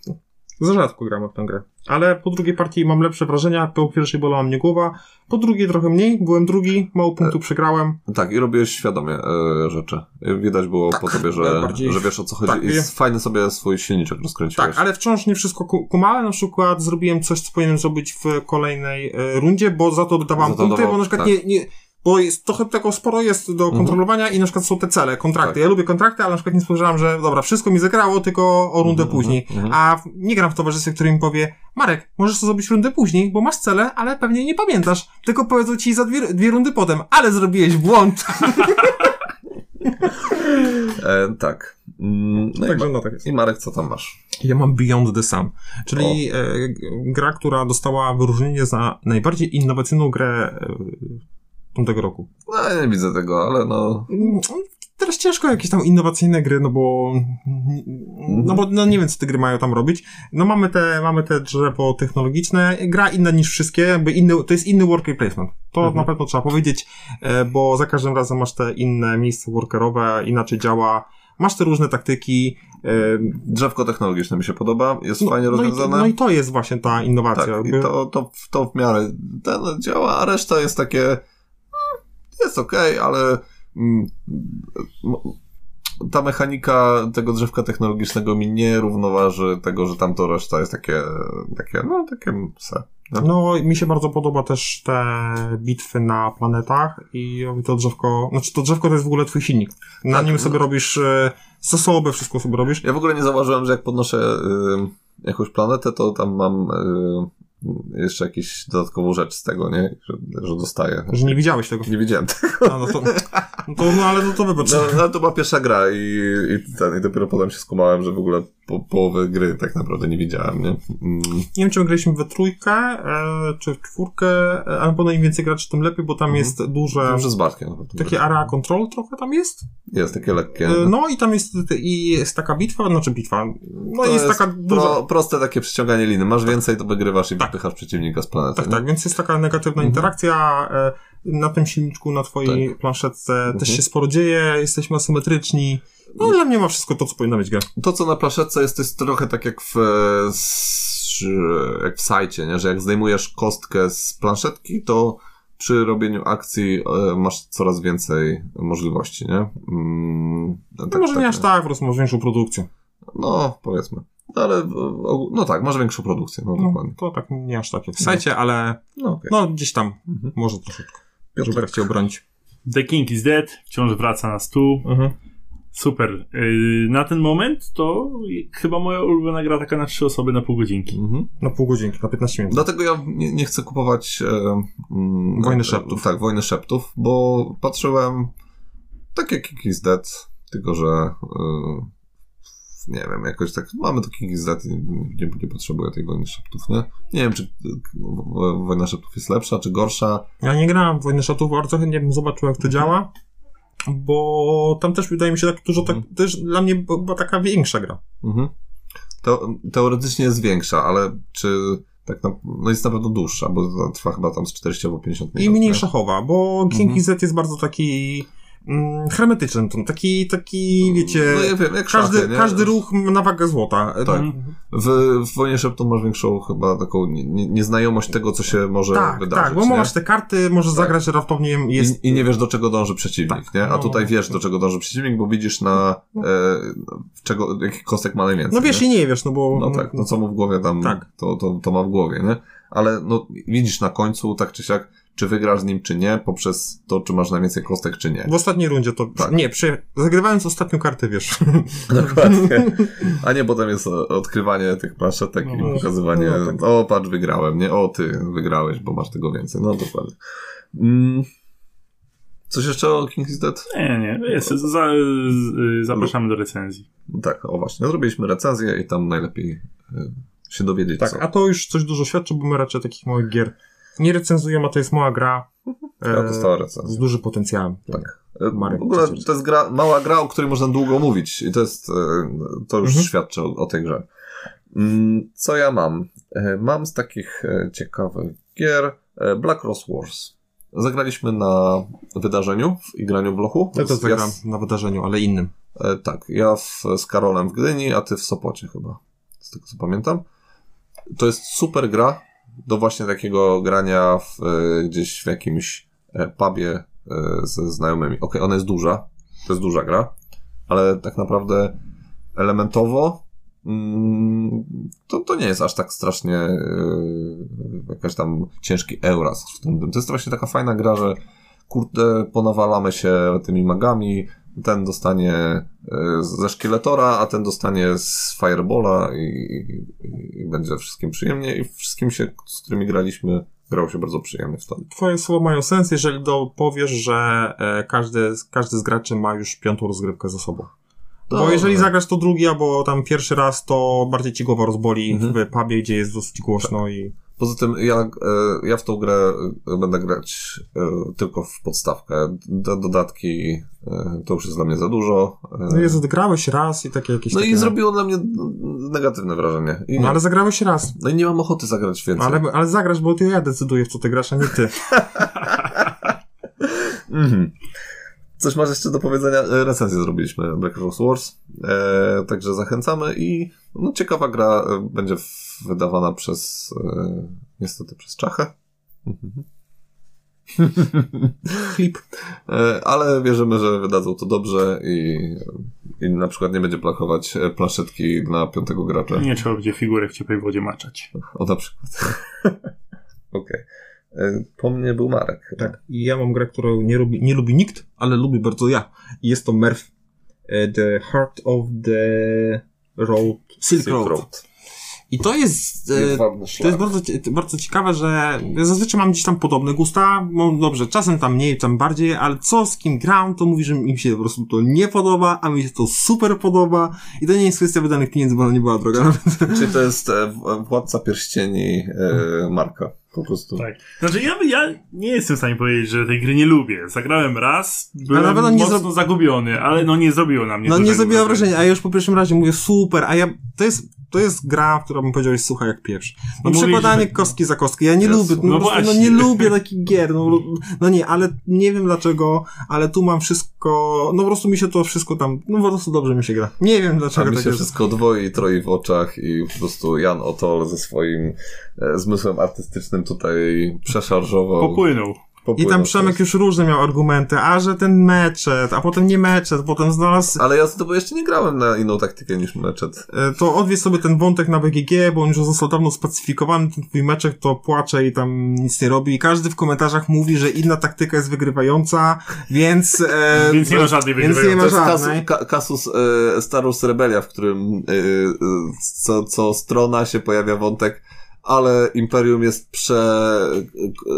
Za rzadko gramy w tę grę. Ale po drugiej partii mam lepsze wrażenia. Po pierwszej bolała mnie głowa, po drugiej trochę mniej. Byłem drugi, mało punktów przegrałem. Tak, i robiłeś świadomie e, rzeczy. E, Widać było po tobie, że, najbardziej. że wiesz o co chodzi. Tak, I wiem. fajny sobie swój silniczek rozkręciłeś. Tak, ale wciąż nie wszystko ku- kumałem. Na przykład zrobiłem coś, co powinienem zrobić w kolejnej e, rundzie, bo za to dodawałem Za to punkty, dawał- bo na przykład tak. nie... nie bo jest, trochę tego sporo jest do Mhm. kontrolowania i na przykład są te cele, kontrakty. Tak. Ja lubię kontrakty, ale na przykład nie spojrzałem, że dobra, wszystko mi zagrało, tylko o rundę Mhm, później. mhm, mhm. A w- nie gram w towarzystwie, które mi powie, Marek, możesz to zrobić rundę później, bo masz cele, ale pewnie nie pamiętasz. Tylko powiedzą ci za dwie, dwie rundy potem, ale zrobiłeś błąd. E, tak. Mm, No i, Ma- no tak jest. i Marek, co tam masz? Ja mam Beyond the Sun, czyli e, g- gra, która dostała wyróżnienie za najbardziej innowacyjną grę e, tamtego roku. No, ja nie widzę tego, ale no... Mm, Teraz ciężko jakieś tam innowacyjne gry, no bo no bo no nie wiem, co te gry mają tam robić. No mamy te, mamy te drzewo technologiczne, gra inna niż wszystkie, jakby inny, to jest inny worker placement. To Mhm. na pewno trzeba powiedzieć, e, bo za każdym razem masz te inne miejsca workerowe, inaczej działa, masz te różne taktyki. e, Drzewko technologiczne mi się podoba, jest No, fajnie no, i, to- rozwiązane. no i to jest właśnie ta innowacja. tak, i jakby. to, to, to w miarę ten działa, a reszta jest takie. mm, Jest okej, ale mm, mo- ta mechanika tego drzewka technologicznego mi nie równoważy tego, że tamto reszta jest takie, takie no takie se. No, mi się bardzo podoba też te bitwy na planetach i to drzewko, znaczy to drzewko to jest w ogóle twój silnik. Na Tak, nim sobie no. robisz e, zasoby, wszystko sobie robisz. Ja w ogóle nie zauważyłem, że jak podnoszę y, jakąś planetę, to tam mam y, jeszcze jakąś dodatkową rzecz z tego, nie? Że, że dostaję. Że nie widziałeś tego. Nie widziałem A, no, to, no, to, no ale no to wybacz. No, no to była pierwsza gra i, i, ten, i dopiero potem się skumałem, że w ogóle po, połowy gry tak naprawdę nie widziałem, nie? Mm, Nie wiem, czy my graliśmy we trójkę, e, czy w czwórkę, e, ale potem im więcej graczy, tym lepiej, bo tam Mhm. jest duże, wiem, że z Bartkiem. na pewno. takie area control trochę tam jest. Jest takie lekkie. E, No i tam jest, i jest taka bitwa, znaczy bitwa, no To jest, taka duża... Pro, proste takie przyciąganie liny. Masz więcej, to wygrywasz i wypychasz przeciwnika z planety. Tak, nie? tak, więc jest taka negatywna Mhm. interakcja, e, na tym silniczku, na twojej planszetce też się sporo dzieje, jesteśmy asymetryczni. No dla mnie ma wszystko to, co powinno mieć gra. To, co na plaszetce jest, to jest trochę tak jak w, e, s- jak w sajcie, nie? Że jak zdejmujesz kostkę z planszetki, to przy robieniu akcji e, masz coraz więcej możliwości, nie? Mm, No może nie aż tak, po prostu masz większą produkcję. No, powiedzmy. No, ale w- w ogół- no tak, może większą produkcję, no, No, dokładnie. to tak nie aż takie w sajcie, ale No, okej. no gdzieś tam Mhm. może troszeczkę. tak Piotrek. Piotrek chciał bronić. The King is Dead wciąż wraca na stół. Mhm. Super. Yy, na ten moment to chyba moja ulubiona gra taka na trzy osoby na pół godzinki. Mhm. Na pół godzinki, na 15 minut. Dlatego ja nie, nie chcę kupować e, mm, Wojny e, Szeptów. Tak, Wojny Szeptów, bo patrzyłem tak jak King is Dead, tylko że e, nie wiem, jakoś tak mamy tu King is Dead i nie, nie potrzebuję tej Wojny Szeptów, nie? Nie wiem, czy e, wo- Wojna Szeptów jest lepsza, czy gorsza. Ja nie grałem w Wojnę Szatów, bardzo chętnie bym zobaczył, jak to działa, bo tam też wydaje mi się tak dużo, tak, też dla mnie była taka większa gra. Mhm. Teo- teoretycznie jest większa, ale czy tak na, no jest na pewno dłuższa, bo trwa chyba tam z 40 albo 50 minut. I nie? mniej szachowa, bo King Mhm. Z jest bardzo taki mm, hermetyczny, ton, taki, taki, wiecie, No ja wiem, jak każdy, szachy, nie? każdy ruch na wagę złota. e, Tak. Mhm. W, w Wojnie Szeptu masz większą chyba taką nie, nie- nieznajomość tego, co się może Tak, wydarzyć. tak, bo nie? masz te karty, możesz Tak. zagrać raptownie, I, jest... I nie wiesz, do czego dąży przeciwnik, Tak, nie? A no. tutaj wiesz, do czego dąży przeciwnik, bo widzisz na e, czego, jakich kostek ma najwięcej. No wiesz nie? i nie wiesz, no bo... No tak, no co mu w głowie tam, Tak. to, to, to ma w głowie, nie? Ale no, widzisz na końcu, tak czy siak, czy wygrasz z nim, czy nie, poprzez to, czy masz najwięcej kostek, czy nie. W ostatniej rundzie to... Tak. Nie, przy... zagrywając ostatnią kartę, wiesz. Dokładnie. A nie potem jest o- odkrywanie tych plaszetek No, i pokazywanie, no, tak. o patrz, wygrałem, nie? O ty wygrałeś, bo masz tego więcej. No dokładnie. Mm. Coś jeszcze o King is Dead? Nie, nie, nie. Jest, za, z- zapraszamy do recenzji. No Tak, o właśnie. Zrobiliśmy recenzję i tam najlepiej y, się dowiedzieć Tak, co. a to już coś dużo świadczy, bo my raczej takich małych gier nie recenzujemy, a to jest mała gra Ja e, dostała z recenzję. dużym potencjałem. Tak. Y, Marek, w ogóle przecież. to jest gra, mała gra, o której można długo mówić i to jest, y, to już Mhm. świadczy o, o tej grze. Mm, Co ja mam? Y, Mam z takich y, ciekawych gier y, Black Rose Wars. Zagraliśmy na wydarzeniu w Igraniu w Lochu. Ja też Ja zagram z- na wydarzeniu, ale innym. E, tak, ja w, z Karolem w Gdyni, a ty w Sopocie chyba, z tego co pamiętam. To jest super gra do właśnie takiego grania w, e, gdzieś w jakimś e, pubie e, ze znajomymi. Okej, ona jest duża, to jest duża gra, ale tak naprawdę elementowo mm, to, to nie jest aż tak strasznie e, jakaś tam ciężki Euras w tym. To jest właśnie taka fajna gra, że kurde, ponawalamy się tymi magami, ten dostanie e, ze szkieletora, a ten dostanie z firebola i, i, i będzie wszystkim przyjemnie i wszystkim się, z którymi graliśmy, grało się bardzo przyjemnie wtedy. Twoje słowa mają sens, jeżeli dopowiesz, że e, każdy, każdy z graczy ma już piątą rozgrywkę za sobą. No, Bo Dobrze. jeżeli zagrasz to drugi albo tam pierwszy raz, to bardziej ci głowa rozboli Mhm. w pubie, gdzie jest dosyć głośno i... Poza tym ja, e, ja w tą grę e, będę grać e, tylko w podstawkę. Do, dodatki e, to już jest dla mnie za dużo. E, No Jezu, grałeś raz i takie jakieś no takie... i zrobiło dla mnie negatywne wrażenie. I No nie, ale zagrałeś raz. No i nie mam ochoty zagrać więcej. Ale, ale zagrasz, bo to ja decyduję, w co ty grasz, a nie ty. Mhm. Coś masz jeszcze do powiedzenia? E, Recenzję zrobiliśmy Black Rose Wars, e, także zachęcamy i no, ciekawa gra e, będzie w- wydawana przez e, niestety przez Czachę. Mhm. Flip. E, ale wierzymy, że wydadzą to dobrze i, i na przykład nie będzie plakować e, planszetki na piątego Tak. gracza. Nie trzeba będzie figurę w ciepłej wodzie maczać. O na przykład. Okej. E, Po mnie był Marek. Tak, i ja mam grę, którą nie lubi, nie lubi nikt, ale lubi bardzo ja. I jest to Merv. e, The Heart of the Road. Silk Road. I to jest. e, Jedwabny to jest szlak. bardzo, cie- bardzo ciekawe, że ja zazwyczaj mam gdzieś tam podobne gusta. Mam, dobrze, czasem tam mniej, tam bardziej, ale co z kim gram, to mówi, że im się po prostu to nie podoba, a mi się to super podoba. I to nie jest kwestia wydanych pieniędzy, bo ona nie była droga. Czyli to jest e, w- władca pierścieni e, Marka. Po prostu. Tak. Znaczy ja, ja nie jestem w stanie powiedzieć, że tej gry nie lubię. Zagrałem raz, byłem na pewno nie mocno zro- zagubiony, ale no nie zrobiło na mnie No nie dużego zrobiła wrażenia, a ja już po pierwszym razie mówię super, a ja, to jest, to jest gra, która bym powiedział jest sucha jak pieprz. No Mówisz, przekładanie że- kostki za kostkę, ja nie Jezu, lubię, no, no po prostu, no właśnie. nie lubię takich gier, no, no nie, ale nie wiem dlaczego, ale tu mam wszystko, no po prostu mi się to wszystko tam, no po prostu dobrze mi się gra. Nie wiem A dlaczego mi tak się jest. wszystko dwoi i troi w oczach i po prostu Jan Otol ze swoim e, zmysłem artystycznym tutaj przeszarżował. Popłynął. I popłynął tam teraz. Przemek już różne miał argumenty, a że ten meczet, a potem nie meczet, potem znalazł... Ale ja z tobą jeszcze nie grałem na inną taktykę niż meczet. e, To odwiedź sobie ten wątek na BGG, bo on już został dawno spacyfikowany, ten twój meczek to płacze i tam nic nie robi. I każdy w komentarzach mówi, że inna taktyka jest wygrywająca, więc... E, Więc nie ma żadnej więc nie wygrywającej. ma To jest kasus, żadnej. ka, kasus e, Starus Rebelia, w którym e, e, co, co strona się pojawia wątek, ale Imperium jest prze... e,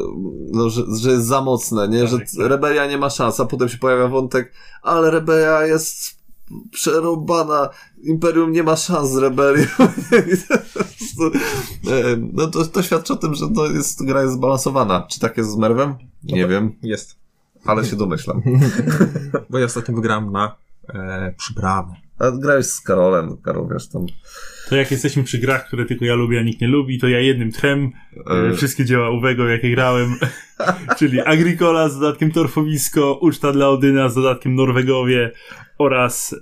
No, że, że jest za mocne, nie? Że Tak, tak. Rebelia nie ma szans, a potem się pojawia wątek, ale Rebelia jest przerobana, Imperium nie ma szans z Rebelią. E, no to, to świadczy o tym, że no, jest, gra jest zbalansowana. Czy tak jest z Merwem? Nie wiem, Jest. ale się domyślam. Bo ja ostatnio wygrałem na e, przybrawy. A grałeś z Karolem, Karol, wiesz, tam... To jak jesteśmy przy grach, które tylko ja lubię, a nikt nie lubi, to ja jednym trem e, E, wszystkie dzieła Uwego, jakie grałem, czyli Agricola z dodatkiem Torfowisko, Uczta dla Odyna z dodatkiem Norwegowie oraz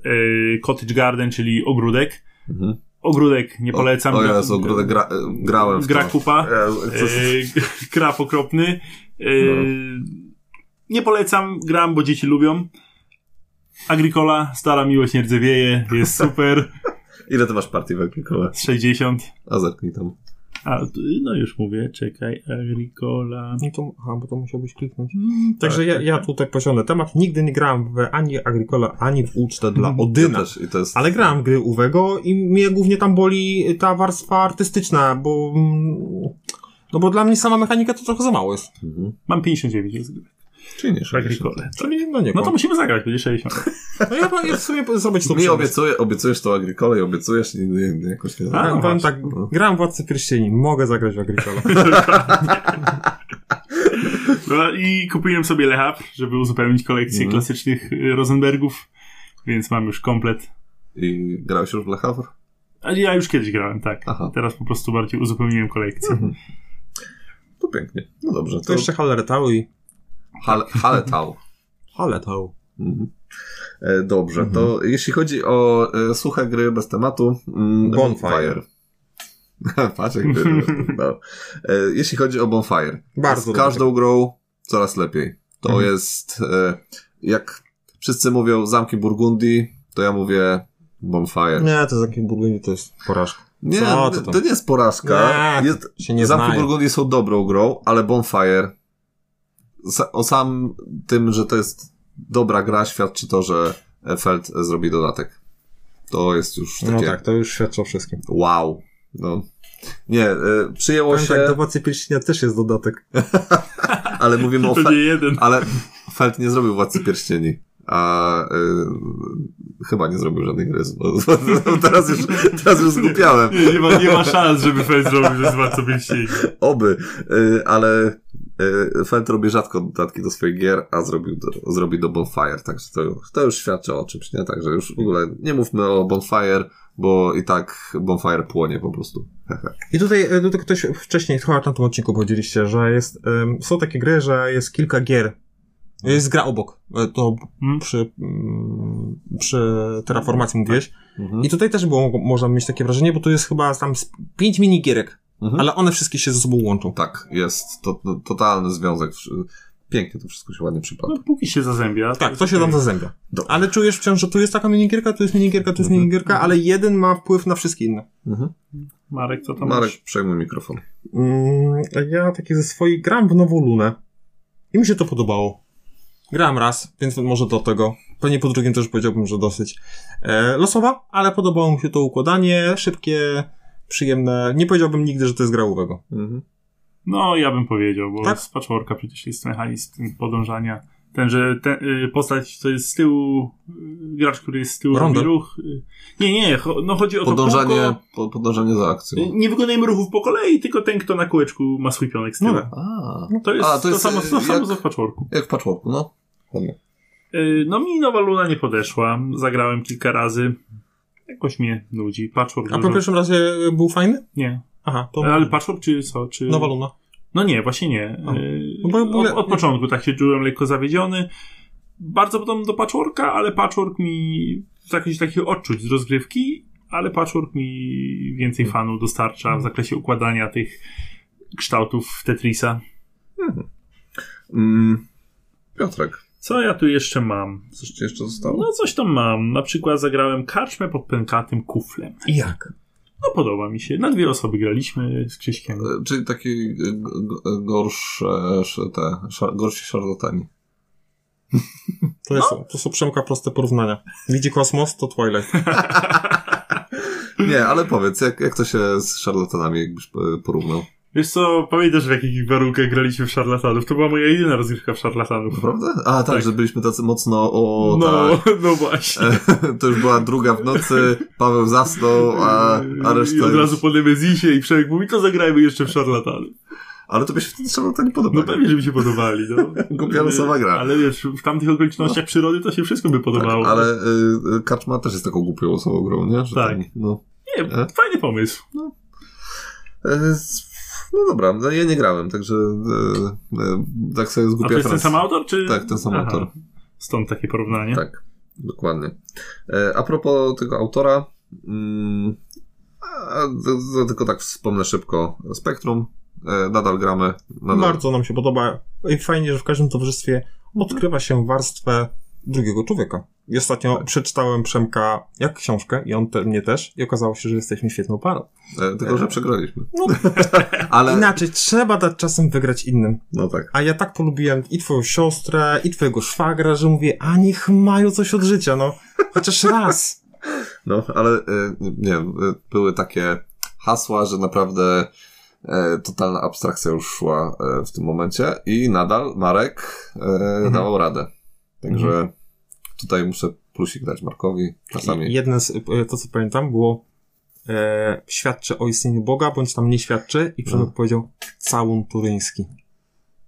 e, Cottage Garden, czyli Ogródek. Mhm. Ogródek nie polecam. O, o gra- Jezu, Ogródek gra, grałem w Gra to. kupa. Jezu, to jest- E, Krap okropny. E, No. Nie polecam, gram, bo dzieci lubią. Agricola, stara miłość nie rdzewieje, jest super, Ile ty masz partii w Agricole? z 60. A zerknij tam. A, no już mówię, czekaj, Agricola. No to, aha, bo to musiał być kliknąć. tak, Także ja, ja tutaj poziomę temat. Nigdy nie grałem w ani Agricola, ani w Ucztę dla Odyna. Ja też, i to jest... Ale grałem w gry Uwego i mnie głównie tam boli ta warstwa artystyczna, bo... mm, No bo dla mnie sama mechanika to trochę za mało jest. Mhm. Mam 59 jest Czyli nie w Agricole. Czyli no nie No to kłam. musimy zagrać, będzie 60. no ja powinien w sumie po- zrobić to Mi przyjemność. obiecuję, obiecujesz tą Agricole i obiecujesz i nigdy nigdy jakoś nie A, Ja no powiem właśnie, tak, gram Władcy Pierścieni, mogę zagrać w Agricola. No i kupiłem sobie Lehab, żeby uzupełnić kolekcję Mhm. klasycznych y, Rosenbergów, więc mam już komplet. I grałeś już w Le Havre? A ja już kiedyś grałem, tak. Aha, Teraz po prostu bardziej uzupełniłem kolekcję. Mhm. to pięknie. No dobrze, to... To jeszcze Hallertau i... Hal- Haletau. Hallertau. Mhm. E, Dobrze, Mhm. to jeśli chodzi o e, suche gry bez tematu, mm, Bonfire. Patrz, jak wy- no. e, Jeśli chodzi o Bonfire, Bardzo z dobrze. każdą grą coraz lepiej. To Mhm. jest, e, jak wszyscy mówią zamki Burgundii, to ja mówię Bonfire. Nie, Nie, to z takim Burgundii to jest porażka. co to to, tam? nie jest porażka. Nie, Jest, Się nie zamki znają. Burgundii są dobrą grą, ale Bonfire sa, o sam tym, że to jest dobra gra, świadczy to, że Feld zrobi dodatek. To jest już takie No tak, to już świadczy o wszystkim. wow. No. Nie, e, przyjęło Powiem się, tak, do Władcy Pierścienia też jest dodatek. ale mówimy o To No Fe- nie jeden. Ale Felt nie zrobił Władcy Pierścieni. A y, chyba nie zrobił żadnej gry. z- teraz, już, teraz już zgupiałem. Nie, nie, ma, nie ma szans, żeby Fez zrobił, że zła sobie siedzi. Oby. Y, ale y, Felt robi rzadko dodatki do swoich gier, a zrobił do, zrobi do Bonfire. Także to, to już świadczy o czymś, nie? Także już w ogóle nie mówmy o Bonfire, bo i tak Bonfire płonie po prostu. I tutaj, e, tutaj ktoś wcześniej, chyba na tym odcinku powiedzieliście, że jest, em, są takie gry, że jest kilka gier. Jest gra obok. E, To Mhm. przy, mm, przy terraformacji mówiłeś. Mhm. I tutaj też było, można mieć takie wrażenie, bo tu jest chyba tam z pięć minigierek, Mhm. ale one wszystkie się ze sobą łączą. Tak, jest to, to, totalny związek. Pięknie to wszystko się ładnie przypada. No póki się zazębia. Tak, to się tam zazębia. Dobrze. Ale czujesz wciąż, że tu jest taka minigierka, tu jest minigierka, tu jest Mhm. minigierka, ale jeden ma wpływ na wszystkie inne. Mhm. Marek, co tam Marek, przejmuj mikrofon. Mm, ja taki ze swoich gram w Nową Lunę. I mi się to podobało. Grałem raz, więc może do tego. Pewnie po drugim też powiedziałbym, że dosyć. E, losowa, ale podobało mi się to układanie, szybkie, przyjemne. Nie powiedziałbym nigdy, że to jest gra Uwego. Mhm. No, ja bym powiedział, bo Tak? z patchworka przecież jest mechanizm podążania. Ten, że te, y, postać, co jest z tyłu, y, gracz, który jest z tyłu, robi Rondo. ruch. y, Nie, nie, cho, no chodzi o to Podążanie, kółko. po, podążanie za Y, akcją. Nie wykonujemy ruchów po kolei, tylko ten, kto na kółeczku ma swój pionek z tyłu. No tak. A, To jest A, to, jest, samo, y, to samo jak- co w patchworku. Jak w patchworku, no. Y, No mi Nowa Luna nie podeszła. Zagrałem kilka razy. Jakoś mnie nudzi. Patchwork A po dużo- pierwszym razie e, był fajny? Nie. Aha, to Mhm. Ale patchwork czy co? Czy... Nowa Luna. No nie, właśnie nie. A. Yy, No bo w ogóle- od, od początku tak się czułem lekko zawiedziony. Bardzo podobny do patchworka, ale patchwork mi jakiś taki odczuć z rozgrywki, ale patchwork mi więcej fanów Mm. dostarcza w zakresie układania tych kształtów Tetrisa. Mm, Piotrek, Co ja tu jeszcze mam? coś ci jeszcze zostało? No coś tam mam. Na przykład zagrałem karczmę pod pękatym kuflem. I jak? No podoba mi się. Na dwie osoby graliśmy z Krzyśkiem. E, Czyli taki e, g- g- gorsze sz- te, szar, gorsi szarlatani. To, jest, to są Przemka proste porównania. Widzi kosmos, to Twilight. Nie, ale powiedz, jak, jak to się z szarlatanami jakbyś e, porównał? Wiesz co, pamiętasz w jakich warunkach graliśmy w szarlatanów? To była moja jedyna rozgrywka w szarlatanów. Prawda? A, tak, Tak. że byliśmy tacy mocno o no, tak. no właśnie. E, To już była druga w nocy, Paweł zasnął, a, a I reszta od już... razu po Nemezisie i Przemek mówi, to zagrajmy jeszcze w szarlatanów. Ale to by się wtedy szarlatani No podobało. pewnie, że mi się podobali. No. Głupia losowa gra. No. Ale wiesz, w tamtych okolicznościach przyrody to się wszystko by tak, podobało. ale y, y, Kaczma też jest taką głupią osobą grą, nie? Że Tak. tam, no. Nie, fajny pomysł. E, s- no dobra, no ja nie grałem, także e, e, tak sobie A to zgubię jest ten sam autor, czy... Tak, ten sam Aha. autor. Stąd takie porównanie. Tak, dokładnie. E, A propos tego autora, mm, a, z- z- tylko tak wspomnę szybko, Spektrum, e, nadal gramy. Nadal. Bardzo nam się podoba. I fajnie, że w każdym towarzystwie odkrywa się warstwę drugiego człowieka. I ostatnio Tak. przeczytałem Przemka jak książkę i on te, mnie też i okazało się, że jesteśmy świetną parą. E, Tylko, że przegraliśmy. No. Ale, Inaczej trzeba dać czasem wygrać innym. no tak. A ja tak polubiłem i twoją siostrę, i twojego szwagra, że mówię, a niech mają coś od życia, no. Chociaż raz. No, ale e, nie wiem, e, były takie hasła, że naprawdę e, totalna abstrakcja już szła e, w tym momencie i nadal Marek e, dawał radę. Także tutaj muszę plusik dać Markowi czasami. Jedne z, e, to co pamiętam, było e, świadczy o istnieniu Boga, bądź tam nie świadczy i Przemek No. powiedział całun turyński.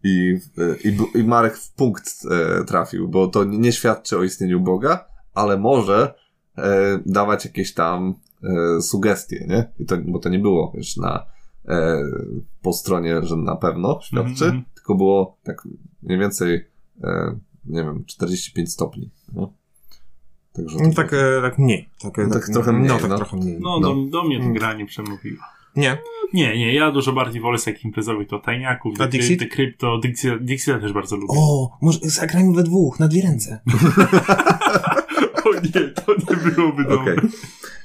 I, i, i Marek w punkt e, trafił, bo to nie świadczy o istnieniu Boga, ale może e, dawać jakieś tam e, sugestie, nie? I to, bo to nie było wiesz, na, e, po stronie, że na pewno świadczy, Mhm. tylko było tak mniej więcej, e, nie wiem, 45 stopni. No? Także to No, było- tak, e, tak mniej. Tak, e, No, tak trochę mniej, No tak no. trochę mniej. No, Do, do mnie ta gra nie przemówiła. Nie, Nie, nie, ja dużo bardziej wolę z takich imprezowych totajniaków, A de- Dixit? de- krypto, Dixit, Dixita też bardzo lubię. O. O, może zagrajmy we dwóch, na dwie ręce. nie, to nie byłoby dobre. Okej.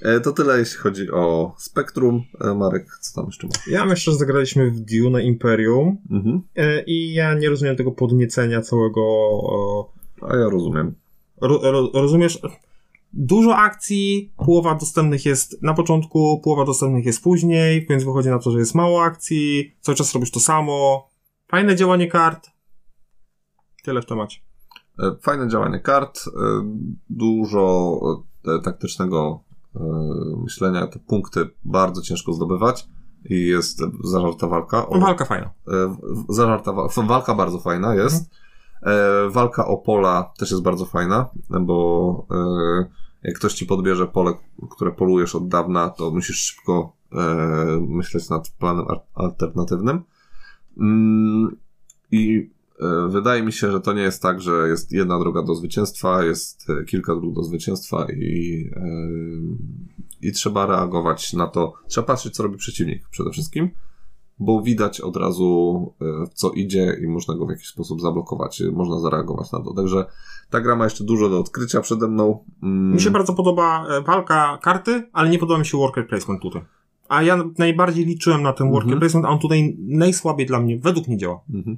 E, To tyle, jeśli chodzi o spektrum. E, Marek, co tam jeszcze ma? Ja myślę, że zagraliśmy w Dune Imperium Mhm. e, i ja nie rozumiem tego podniecenia całego... A ja rozumiem. e, ro, ro, rozumiesz? Dużo akcji, połowa dostępnych jest na początku, połowa dostępnych jest później, więc wychodzi na to, że jest mało akcji, cały czas robisz to samo. Fajne działanie kart. Tyle w temacie. E, Fajne działanie kart, e, dużo e, taktycznego e, myślenia, te punkty bardzo ciężko zdobywać i jest e, zażarta walka. O, No, Walka fajna. e, w- zażarta wa- f- walka bardzo fajna jest. E, Walka o pola też jest bardzo fajna, bo e, jak ktoś ci podbierze pole, które polujesz od dawna, to musisz szybko e, myśleć nad planem ar- alternatywnym. Mm, I e, wydaje mi się, że to nie jest tak, że jest jedna droga do zwycięstwa, jest e, kilka dróg do zwycięstwa i, e, i trzeba reagować na to. Trzeba patrzeć, co robi przeciwnik przede wszystkim bo widać od razu e, w co idzie i można go w jakiś sposób zablokować, e, można zareagować na to. Także ta gra ma jeszcze dużo do odkrycia przede mną. Mm, Mi się bardzo podoba e, walka karty, ale nie podoba mi się worker placement tutaj. A ja najbardziej liczyłem na ten worker Mhm. placement, a on tutaj najsłabiej dla mnie, według mnie działa. Mhm.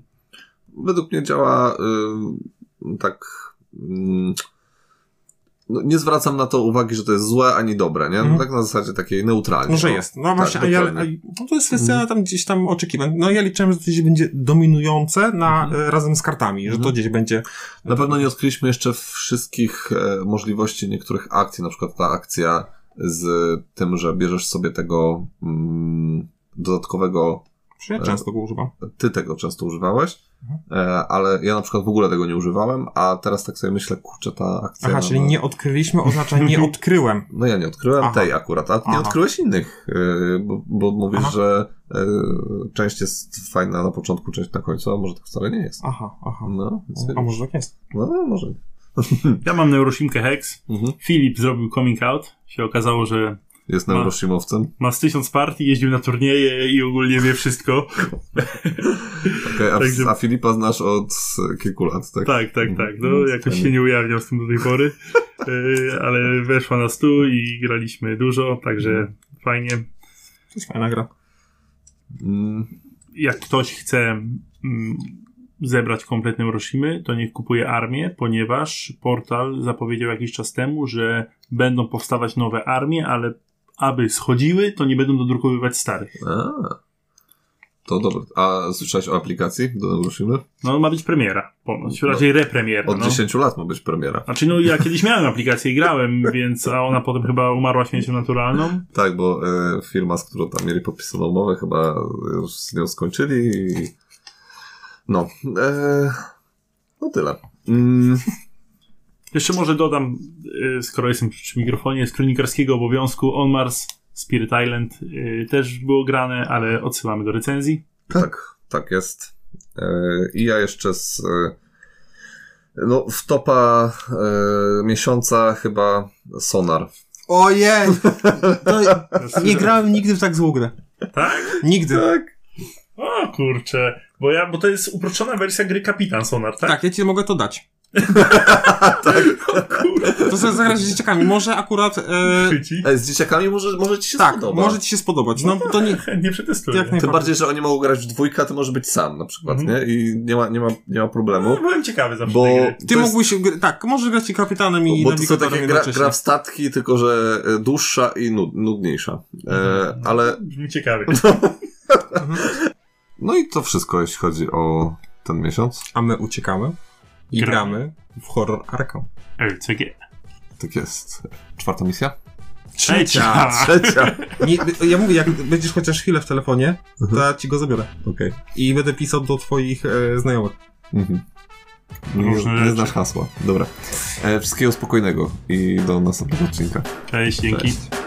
Według mnie działa y, tak. mm, no, nie zwracam na to uwagi, że to jest złe ani dobre, nie? No, Mhm. tak na zasadzie takiej neutralnej. Może no. jest. No właśnie, a ja, dokładnie. Mhm. a, no to jest kwestia tam gdzieś tam oczekiwań. No ja liczyłem, że to gdzieś będzie dominujące na, Mhm. e, razem z kartami, że to Mhm. gdzieś będzie. Na pewno nie odkryliśmy jeszcze wszystkich e, możliwości niektórych akcji, na przykład ta akcja z tym, że bierzesz sobie tego mm, dodatkowego E, Ja często go używam. ty tego często używałeś, Mhm. e, ale ja na przykład w ogóle tego nie używałem, a teraz tak sobie myślę, kurczę, ta akcja... Aha, czyli nie odkryliśmy, oznacza nie odkryłem. No ja nie odkryłem Aha. tej akurat, a ty nie Aha. odkryłeś innych, e, bo, bo mówisz, Aha. że e, część jest fajna na początku, część na końcu, a może tak wcale nie jest. Aha, aha. No, więc, A może tak jest. no może. Ja mam neurosimkę Hex. Mhm. Filip zrobił coming out. Się okazało, że jest No. neuroshimowcem. Ma z tysiąc partii, jeździł na turnieje i ogólnie wie wszystko. Okej, a, Także- a Filipa znasz od e, kilku lat, tak? Tak, tak, tak. No, Mm, jakoś się fajnie. nie ujawniał z tym do tej pory, Yy, ale weszła na stół i graliśmy dużo, także fajnie. To jest fajna gra. Mm, jak ktoś chce mm, zebrać kompletne Hiroshimy, to niech kupuje armię, ponieważ portal zapowiedział jakiś czas temu, że będą powstawać nowe armie, ale aby schodziły, to nie będą dodrukowywać starych. a, to dobre. A słyszałeś o aplikacji do Neuroshimy? No ma być premiera, ponoć, No. raczej repremiera. Od no. 10 lat ma być premiera. Znaczy, no ja kiedyś miałem aplikację i grałem, więc a ona potem chyba umarła śmiercią naturalną. Tak, bo e, firma, z którą tam mieli podpisaną umowę, chyba już z nią skończyli i... No. E, no tyle. Mm, Jeszcze może dodam, y, skoro jestem przy mikrofonie, z kronikarskiego obowiązku On Mars, Spirit Island y, też było grane, ale odsyłamy do recenzji. Tak, tak jest. E, I ja jeszcze z. e, No, w topa e, miesiąca chyba Sonar. Ojej! To, nie Słyszę- grałem nigdy w tak złą grę. Tak? Nigdy. Tak, O kurczę, bo, ja, bo to jest uproszczona wersja gry Kapitan Sonar, tak? ja ci mogę to dać. Tak. Kurczę, To sobie zagrać z dzieciakami. Może akurat... E, chwyci. Ej, z dzieciakami może, może ci się tak, spodoba. może ci się spodobać. No to nie... Nie przetestuję. Jak naj- Tym bardziej, że oni mogą grać w dwójkę, a ty możesz być sam na przykład, Mhm. nie? I nie ma, nie ma, nie ma No, problemu. byłem ciekawy zawsze Bo tej gry. Ty to jest- mógłbyś... gr- Tak, możesz grać i kapitanem i bo to są nawigatorem takie gra, jednocześnie. gra w statki, tylko że e, dłuższa i nud, nudniejsza. E, ale Brzmi ciekawie. no i to wszystko, jeśli chodzi o ten miesiąc. A my uciekamy i Gramy. gramy w horror Arkham. LCG. Tak jest. Czwarta misja? Trzecia! Trzecia. Nie, ja mówię, jak będziesz chociaż chwilę w telefonie, Mhm. to ja ci go zabiorę. Okej. I będę pisał do twoich e, znajomych. Mhm. Nie, Różne nie rzeczy. znasz hasła. Dobra. E, wszystkiego spokojnego i do następnego odcinka. Cześć, dzięki. Cześć.